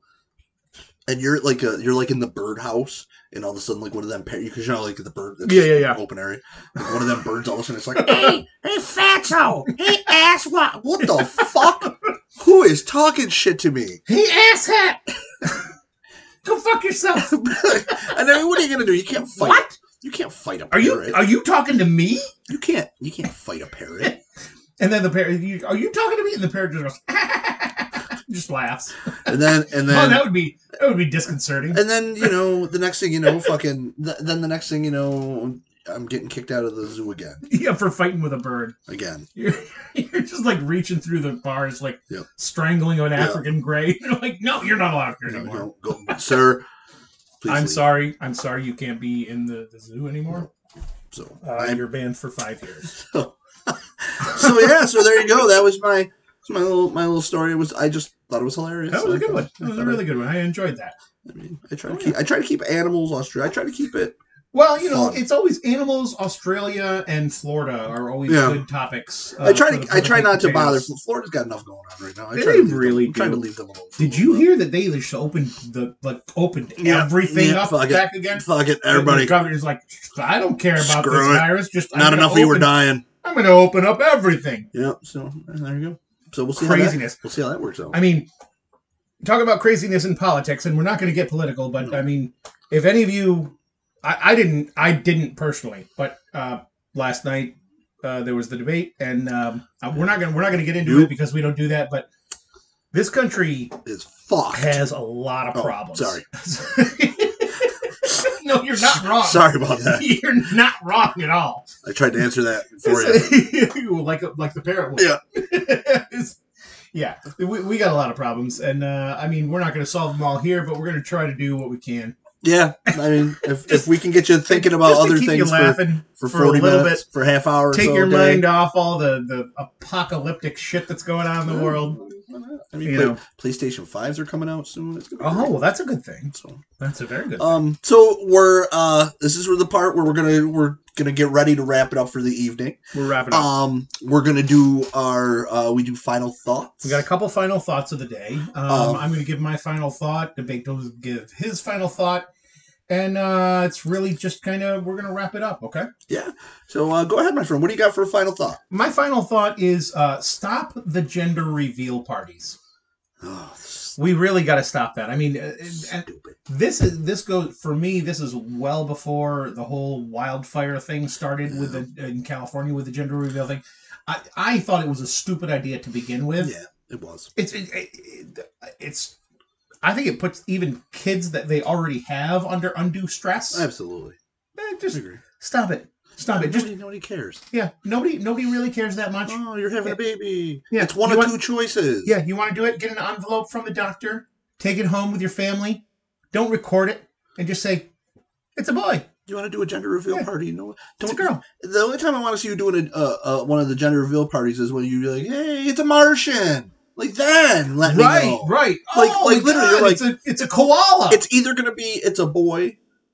[SPEAKER 3] and you're at, like a, you're like in the birdhouse and all of a sudden like one of them par- you because you know like the bird that's
[SPEAKER 2] Yeah, yeah, yeah.
[SPEAKER 3] open area like one of them birds all of a sudden it's like
[SPEAKER 4] Hey, hey, fatso. Hey, ass what?
[SPEAKER 3] what the fuck who is talking shit to me
[SPEAKER 2] Hey, asshat! Go fuck yourself.
[SPEAKER 3] and I mean, what are you gonna do you can't fight
[SPEAKER 2] What?
[SPEAKER 3] you can't fight a
[SPEAKER 2] Are
[SPEAKER 3] parrot
[SPEAKER 2] you are you talking to me?
[SPEAKER 3] you can't you can't fight a parrot
[SPEAKER 2] And then the parent, you, are you talking to me? And the parent just goes, just laughs.
[SPEAKER 3] and then and then
[SPEAKER 2] oh, that would be that would be disconcerting.
[SPEAKER 3] and then you know the next thing you know fucking th- then the next thing you know i'm getting kicked out of the zoo again
[SPEAKER 2] yeah, for fighting with a bird,
[SPEAKER 3] again
[SPEAKER 2] you're, you're just like reaching through the bars, like
[SPEAKER 3] Yeah.
[SPEAKER 2] strangling an
[SPEAKER 3] Yeah.
[SPEAKER 2] African gray. You're like, no, you're not allowed here
[SPEAKER 3] You know,
[SPEAKER 2] anymore.
[SPEAKER 3] you know, go, sir please
[SPEAKER 2] I'm
[SPEAKER 3] leave."
[SPEAKER 2] sorry. I'm sorry you can't be in the, the zoo anymore.
[SPEAKER 3] so,
[SPEAKER 2] Uh,
[SPEAKER 3] I'm-
[SPEAKER 2] you're banned for five years.
[SPEAKER 3] so yeah so there you go that was my that's my little my little story It was i just thought it was hilarious
[SPEAKER 2] That was
[SPEAKER 3] I
[SPEAKER 2] a good
[SPEAKER 3] thought-
[SPEAKER 2] one. That was a really Oh, good one. I enjoyed that.
[SPEAKER 3] i mean i try to keep i try to keep animals austria i try to keep it
[SPEAKER 2] Well, you know,
[SPEAKER 3] Fun.
[SPEAKER 2] it's always animals. Australia and Florida are always
[SPEAKER 3] Yeah.
[SPEAKER 2] good topics. uh,
[SPEAKER 3] i try
[SPEAKER 2] for the-
[SPEAKER 3] to
[SPEAKER 2] for
[SPEAKER 3] i
[SPEAKER 2] the
[SPEAKER 3] try
[SPEAKER 2] baked
[SPEAKER 3] not to bother
[SPEAKER 2] potatoes.
[SPEAKER 3] florida's got enough going on right now i
[SPEAKER 2] They
[SPEAKER 3] try to leave them-
[SPEAKER 2] really
[SPEAKER 3] i'm trying to
[SPEAKER 2] do.
[SPEAKER 3] leave them alone for a
[SPEAKER 2] Did
[SPEAKER 3] little
[SPEAKER 2] you
[SPEAKER 3] bit.
[SPEAKER 2] hear that they just opened the like opened
[SPEAKER 3] Yeah,
[SPEAKER 2] everything
[SPEAKER 3] yeah,
[SPEAKER 2] up
[SPEAKER 3] fuck it.
[SPEAKER 2] back again?
[SPEAKER 3] fuck it
[SPEAKER 2] The
[SPEAKER 3] everybody
[SPEAKER 2] governor's like, I don't care about
[SPEAKER 3] Screw
[SPEAKER 2] this
[SPEAKER 3] it.
[SPEAKER 2] virus. Just I'm
[SPEAKER 3] not
[SPEAKER 2] gonna
[SPEAKER 3] enough we were
[SPEAKER 2] open-
[SPEAKER 3] dying
[SPEAKER 2] I'm going to open up everything.
[SPEAKER 3] Yep. So there you go. So we'll see how that,
[SPEAKER 2] Craziness.
[SPEAKER 3] we'll see how that works out.
[SPEAKER 2] I mean, talk about craziness in politics, and we're not going to get political, but
[SPEAKER 3] No.
[SPEAKER 2] I mean, if any of you, I, I didn't, I didn't personally, but uh, last night uh, there was the debate, and um, uh, we're not going, to we're not going to get into
[SPEAKER 3] Nope.
[SPEAKER 2] it because we don't do that, but. This country
[SPEAKER 3] it's fucked.
[SPEAKER 2] has a lot of
[SPEAKER 3] Oh,
[SPEAKER 2] problems.
[SPEAKER 3] sorry.
[SPEAKER 2] no, you're not wrong.
[SPEAKER 3] Sorry about that.
[SPEAKER 2] You're not wrong at all.
[SPEAKER 3] I tried to answer that for you.
[SPEAKER 2] like like the parrot would.
[SPEAKER 3] Yeah.
[SPEAKER 2] It's- yeah. We, we got a lot of problems, and uh, I mean, we're not going to solve them all here, but we're going to try to do what we can.
[SPEAKER 3] Yeah, I mean, if,
[SPEAKER 2] Just-
[SPEAKER 3] if we can get you thinking about
[SPEAKER 2] Just to
[SPEAKER 3] other
[SPEAKER 2] keep you
[SPEAKER 3] things for,
[SPEAKER 2] laughing
[SPEAKER 3] for
[SPEAKER 2] a
[SPEAKER 3] 40
[SPEAKER 2] little
[SPEAKER 3] minutes, for half hour, or
[SPEAKER 2] bit. Take
[SPEAKER 3] so a
[SPEAKER 2] your
[SPEAKER 3] day.
[SPEAKER 2] mind off all the the apocalyptic shit that's going on in the world.
[SPEAKER 3] I mean,
[SPEAKER 2] You
[SPEAKER 3] play-
[SPEAKER 2] know.
[SPEAKER 3] PlayStation 5s are coming out soon. It's gonna be
[SPEAKER 2] Oh,
[SPEAKER 3] great.
[SPEAKER 2] well, that's a good thing.
[SPEAKER 3] So,
[SPEAKER 2] That's a very good. thing.
[SPEAKER 3] um, so we're uh, this is where the part where we're gonna we're gonna get ready to wrap it up for the evening.
[SPEAKER 2] We're wrapping up.
[SPEAKER 3] Um, we're gonna do our uh, we do final thoughts.
[SPEAKER 2] We got a couple final thoughts of the day. Um,
[SPEAKER 3] Um,
[SPEAKER 2] I'm going to give my final thought. Debate will give his final thought, and uh, it's really just kind of we're going to wrap it up. Okay.
[SPEAKER 3] so uh, go ahead, my friend. What do you got for a final thought?
[SPEAKER 2] My final thought is uh, stop the gender reveal parties.
[SPEAKER 3] Oh, this
[SPEAKER 2] We really got to stop that. I mean, uh,
[SPEAKER 3] is
[SPEAKER 2] and
[SPEAKER 3] stupid.
[SPEAKER 2] this is this goes for me. This is well before the whole wildfire thing started with the in California with the gender reveal thing. I, I thought it was a stupid idea to begin with.
[SPEAKER 3] Yeah, it was.
[SPEAKER 2] it's it, it, it's i think it puts even kids that they already have under undue stress
[SPEAKER 3] Absolutely.
[SPEAKER 2] Eh,
[SPEAKER 3] I
[SPEAKER 2] just
[SPEAKER 3] agree.
[SPEAKER 2] stop it stop it just
[SPEAKER 3] nobody, nobody cares.
[SPEAKER 2] yeah nobody nobody really cares that much
[SPEAKER 3] Oh, you're having a baby.
[SPEAKER 2] Yeah,
[SPEAKER 3] it's one
[SPEAKER 2] you
[SPEAKER 3] of
[SPEAKER 2] want-
[SPEAKER 3] two choices.
[SPEAKER 2] yeah you want to do it get an envelope from the doctor take it home with your family don't record it and just say it's a boy
[SPEAKER 3] You want to do a gender reveal
[SPEAKER 2] Yeah.
[SPEAKER 3] party? You know what?
[SPEAKER 2] it's a
[SPEAKER 3] Don't
[SPEAKER 2] girl
[SPEAKER 3] The only time I want to see you doing a, uh, uh, one of the gender reveal parties is when you're like, "Hey, it's a Martian." Like then, let me know.
[SPEAKER 2] right
[SPEAKER 3] Like-
[SPEAKER 2] oh,
[SPEAKER 3] like,
[SPEAKER 2] my
[SPEAKER 3] literally,
[SPEAKER 2] God,
[SPEAKER 3] you're like-
[SPEAKER 2] it's a it's a koala
[SPEAKER 3] It's either gonna be it's a boy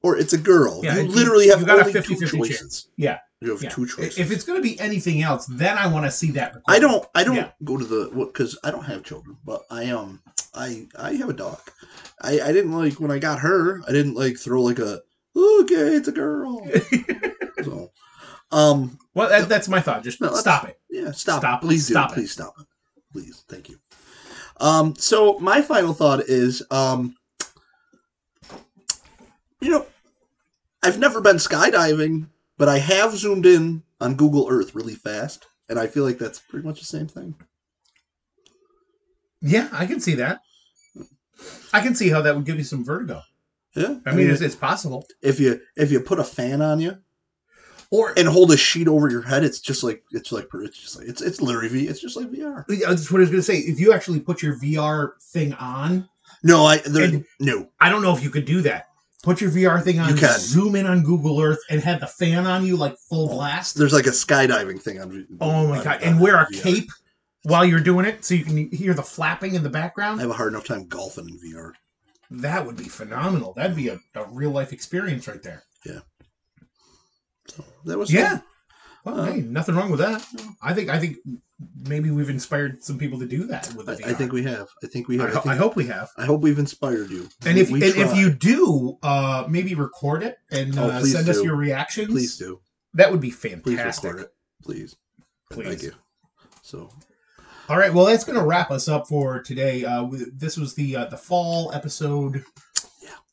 [SPEAKER 3] or it's a girl.
[SPEAKER 2] Yeah,
[SPEAKER 3] you
[SPEAKER 2] you-
[SPEAKER 3] literally have
[SPEAKER 2] you got a
[SPEAKER 3] only
[SPEAKER 2] 50-50
[SPEAKER 3] two
[SPEAKER 2] chance.
[SPEAKER 3] choices.
[SPEAKER 2] Yeah.
[SPEAKER 3] you have
[SPEAKER 2] Yeah.
[SPEAKER 3] two choices.
[SPEAKER 2] if it's going to be anything else then i want to see that
[SPEAKER 3] I don't, I don't
[SPEAKER 2] Yeah.
[SPEAKER 3] go to the because I don't have children, but I um, I I have a dog. I I didn't like when I got her. I didn't like throw like a okay, it's a girl. so, um,
[SPEAKER 2] well that, that's my thought just
[SPEAKER 3] No, that's-
[SPEAKER 2] stop it
[SPEAKER 3] Yeah, stop.
[SPEAKER 2] Stop
[SPEAKER 3] Stop.
[SPEAKER 2] it.
[SPEAKER 3] Please do.
[SPEAKER 2] Stop it.
[SPEAKER 3] Please stop it. Please. Thank you. Um, so my final thought is, um, you know, I've never been skydiving, but I have zoomed in on Google Earth really fast, and I feel like that's pretty much the same thing.
[SPEAKER 2] yeah i can see that i can see how that would give you some vertigo
[SPEAKER 3] Yeah.
[SPEAKER 2] I mean, it's, it's possible.
[SPEAKER 3] if you if you put a fan on you
[SPEAKER 2] Or
[SPEAKER 3] and hold a sheet over your head, it's just like it's like it's just like it's it's literally V. It's just like VR.
[SPEAKER 2] that's what I was going to say. If you actually put your VR thing on,
[SPEAKER 3] No, I there,
[SPEAKER 2] And-
[SPEAKER 3] no.
[SPEAKER 2] I don't know if you could do that. Put your VR thing on,
[SPEAKER 3] You can.
[SPEAKER 2] zoom in on Google Earth, and have the fan on you like full blast.
[SPEAKER 3] There's like a skydiving thing on. V-
[SPEAKER 2] Oh my
[SPEAKER 3] on-
[SPEAKER 2] god!
[SPEAKER 3] on
[SPEAKER 2] And wear a
[SPEAKER 3] VR.
[SPEAKER 2] cape while you're doing it, so you can hear the flapping in the
[SPEAKER 3] I
[SPEAKER 2] background.
[SPEAKER 3] have a hard enough time golfing in VR.
[SPEAKER 2] That would be phenomenal. That'd be a, a real life experience right there.
[SPEAKER 3] That was
[SPEAKER 2] Yeah. Well,
[SPEAKER 3] Uh,
[SPEAKER 2] hey, nothing wrong with that. I think I think maybe we've inspired some people to do that with the
[SPEAKER 3] I,
[SPEAKER 2] VR.
[SPEAKER 3] I think we have. I think we
[SPEAKER 2] I
[SPEAKER 3] have. I,
[SPEAKER 2] ho-
[SPEAKER 3] think,
[SPEAKER 2] I hope we have.
[SPEAKER 3] I hope we've inspired you.
[SPEAKER 2] And
[SPEAKER 3] We-
[SPEAKER 2] if
[SPEAKER 3] we
[SPEAKER 2] and if
[SPEAKER 3] tried.
[SPEAKER 2] you do, uh, maybe record it and
[SPEAKER 3] Oh,
[SPEAKER 2] uh,
[SPEAKER 3] please
[SPEAKER 2] send us
[SPEAKER 3] do.
[SPEAKER 2] your reactions.
[SPEAKER 3] please do,
[SPEAKER 2] That would be
[SPEAKER 3] please
[SPEAKER 2] fantastic.
[SPEAKER 3] record it, please.
[SPEAKER 2] Please.
[SPEAKER 3] Thank you. So
[SPEAKER 2] All right, well, that's going to wrap us up for today. Uh, we, this was the uh, the fall episode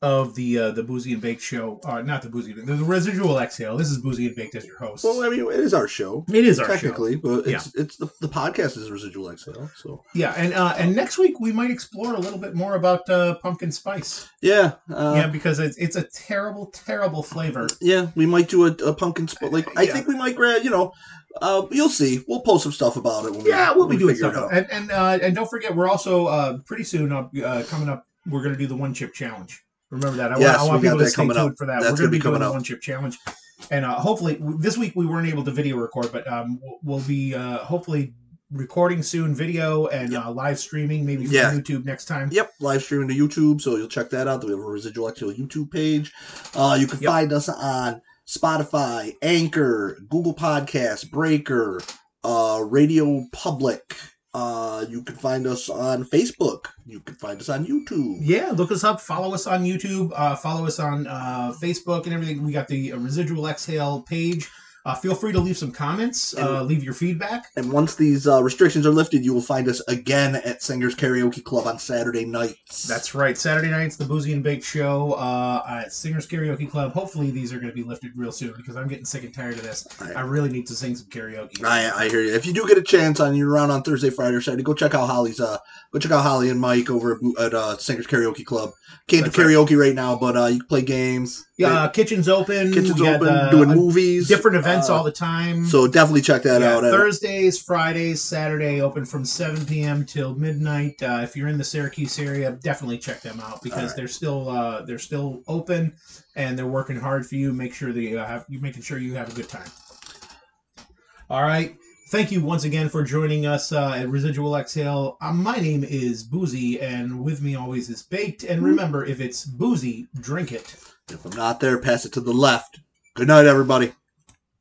[SPEAKER 2] of the uh, the Boozy and Bake show. Uh, not the Boozy, the residual exhale. This is Boozy and Baked as your host.
[SPEAKER 3] well, I mean, it is our show
[SPEAKER 2] it is our show.
[SPEAKER 3] technically, but it's it's the, the podcast is residual exhale. So
[SPEAKER 2] Yeah, and uh, and next week we might explore a little bit more about uh, pumpkin spice.
[SPEAKER 3] yeah, uh,
[SPEAKER 2] yeah, because it's it's a terrible, terrible flavor.
[SPEAKER 3] Yeah, we might do a, a pumpkin split. Like I
[SPEAKER 2] Yeah.
[SPEAKER 3] think we might grab. You know, uh, you'll see. We'll post some stuff about it. When
[SPEAKER 2] Yeah, we'll
[SPEAKER 3] when
[SPEAKER 2] be doing
[SPEAKER 3] figure it
[SPEAKER 2] stuff, and and uh, and don't forget, we're also uh, pretty soon up, uh, coming up. We're going to do the one chip challenge. Remember that. I
[SPEAKER 3] Yes,
[SPEAKER 2] want, I want
[SPEAKER 3] we got
[SPEAKER 2] people to
[SPEAKER 3] that
[SPEAKER 2] stay
[SPEAKER 3] coming
[SPEAKER 2] tuned
[SPEAKER 3] up.
[SPEAKER 2] for that.
[SPEAKER 3] That's
[SPEAKER 2] we're
[SPEAKER 3] gonna
[SPEAKER 2] going to
[SPEAKER 3] be
[SPEAKER 2] be doing
[SPEAKER 3] coming
[SPEAKER 2] the
[SPEAKER 3] up.
[SPEAKER 2] one chip challenge, and uh, hopefully w- this week we weren't able to video record, but um, we'll- we'll be uh, hopefully recording soon video and
[SPEAKER 3] Yep.
[SPEAKER 2] uh, live streaming maybe from
[SPEAKER 3] Yeah.
[SPEAKER 2] YouTube next time.
[SPEAKER 3] Yep, live streaming to YouTube, so you'll check that out. We have a residual actual YouTube page. Uh, you can
[SPEAKER 2] Yep.
[SPEAKER 3] find us on Spotify, Anchor, Google Podcasts, Breaker, uh, Radio Public. Uh, you can find us on Facebook. You can find us on YouTube.
[SPEAKER 2] Yeah, look us up. Follow us on YouTube. Uh, follow us on uh, Facebook and everything. We got the uh, Residual Exhale page. Uh, feel free to leave some comments, uh, leave your feedback.
[SPEAKER 3] And once these uh, restrictions are lifted, you will find us again at Singer's Karaoke Club on Saturday nights.
[SPEAKER 2] That's right. Saturday nights, the Boozy and Bake Show uh, at Singers Karaoke Club. Hopefully, these are going to be lifted real soon because I'm getting sick and tired of this.
[SPEAKER 3] Right.
[SPEAKER 2] I really need to sing some karaoke.
[SPEAKER 3] I, I hear you. If you do get a chance on you're around on Thursday, Friday, or Saturday, go check out Holly's. Uh, go check out Holly and Mike over at, Bo- at uh, Singer's Karaoke Club. Can't
[SPEAKER 2] That's
[SPEAKER 3] do
[SPEAKER 2] right.
[SPEAKER 3] karaoke right. now, but uh, you can play games.
[SPEAKER 2] Yeah, uh, kitchen's open.
[SPEAKER 3] kitchens
[SPEAKER 2] We got,
[SPEAKER 3] open,
[SPEAKER 2] uh,
[SPEAKER 3] doing
[SPEAKER 2] uh,
[SPEAKER 3] movies,
[SPEAKER 2] different events
[SPEAKER 3] uh,
[SPEAKER 2] all the time.
[SPEAKER 3] So definitely check that
[SPEAKER 2] Yeah,
[SPEAKER 3] out. uh,
[SPEAKER 2] Thursdays, Fridays, Saturday open from 7 p.m. till midnight. Uh, if you're in the Syracuse area, definitely check them out because
[SPEAKER 3] Alright.
[SPEAKER 2] they're still uh, they're still open and they're working hard for you. Make sure that you have you making sure you have a good time. All right. Thank you once again for joining us uh, at Residual Exhale. Uh, my name is Boozy, and with me always is Baked. And remember, if it's Boozy, drink it.
[SPEAKER 3] if I'm not there, pass it to the left. Good night, everybody.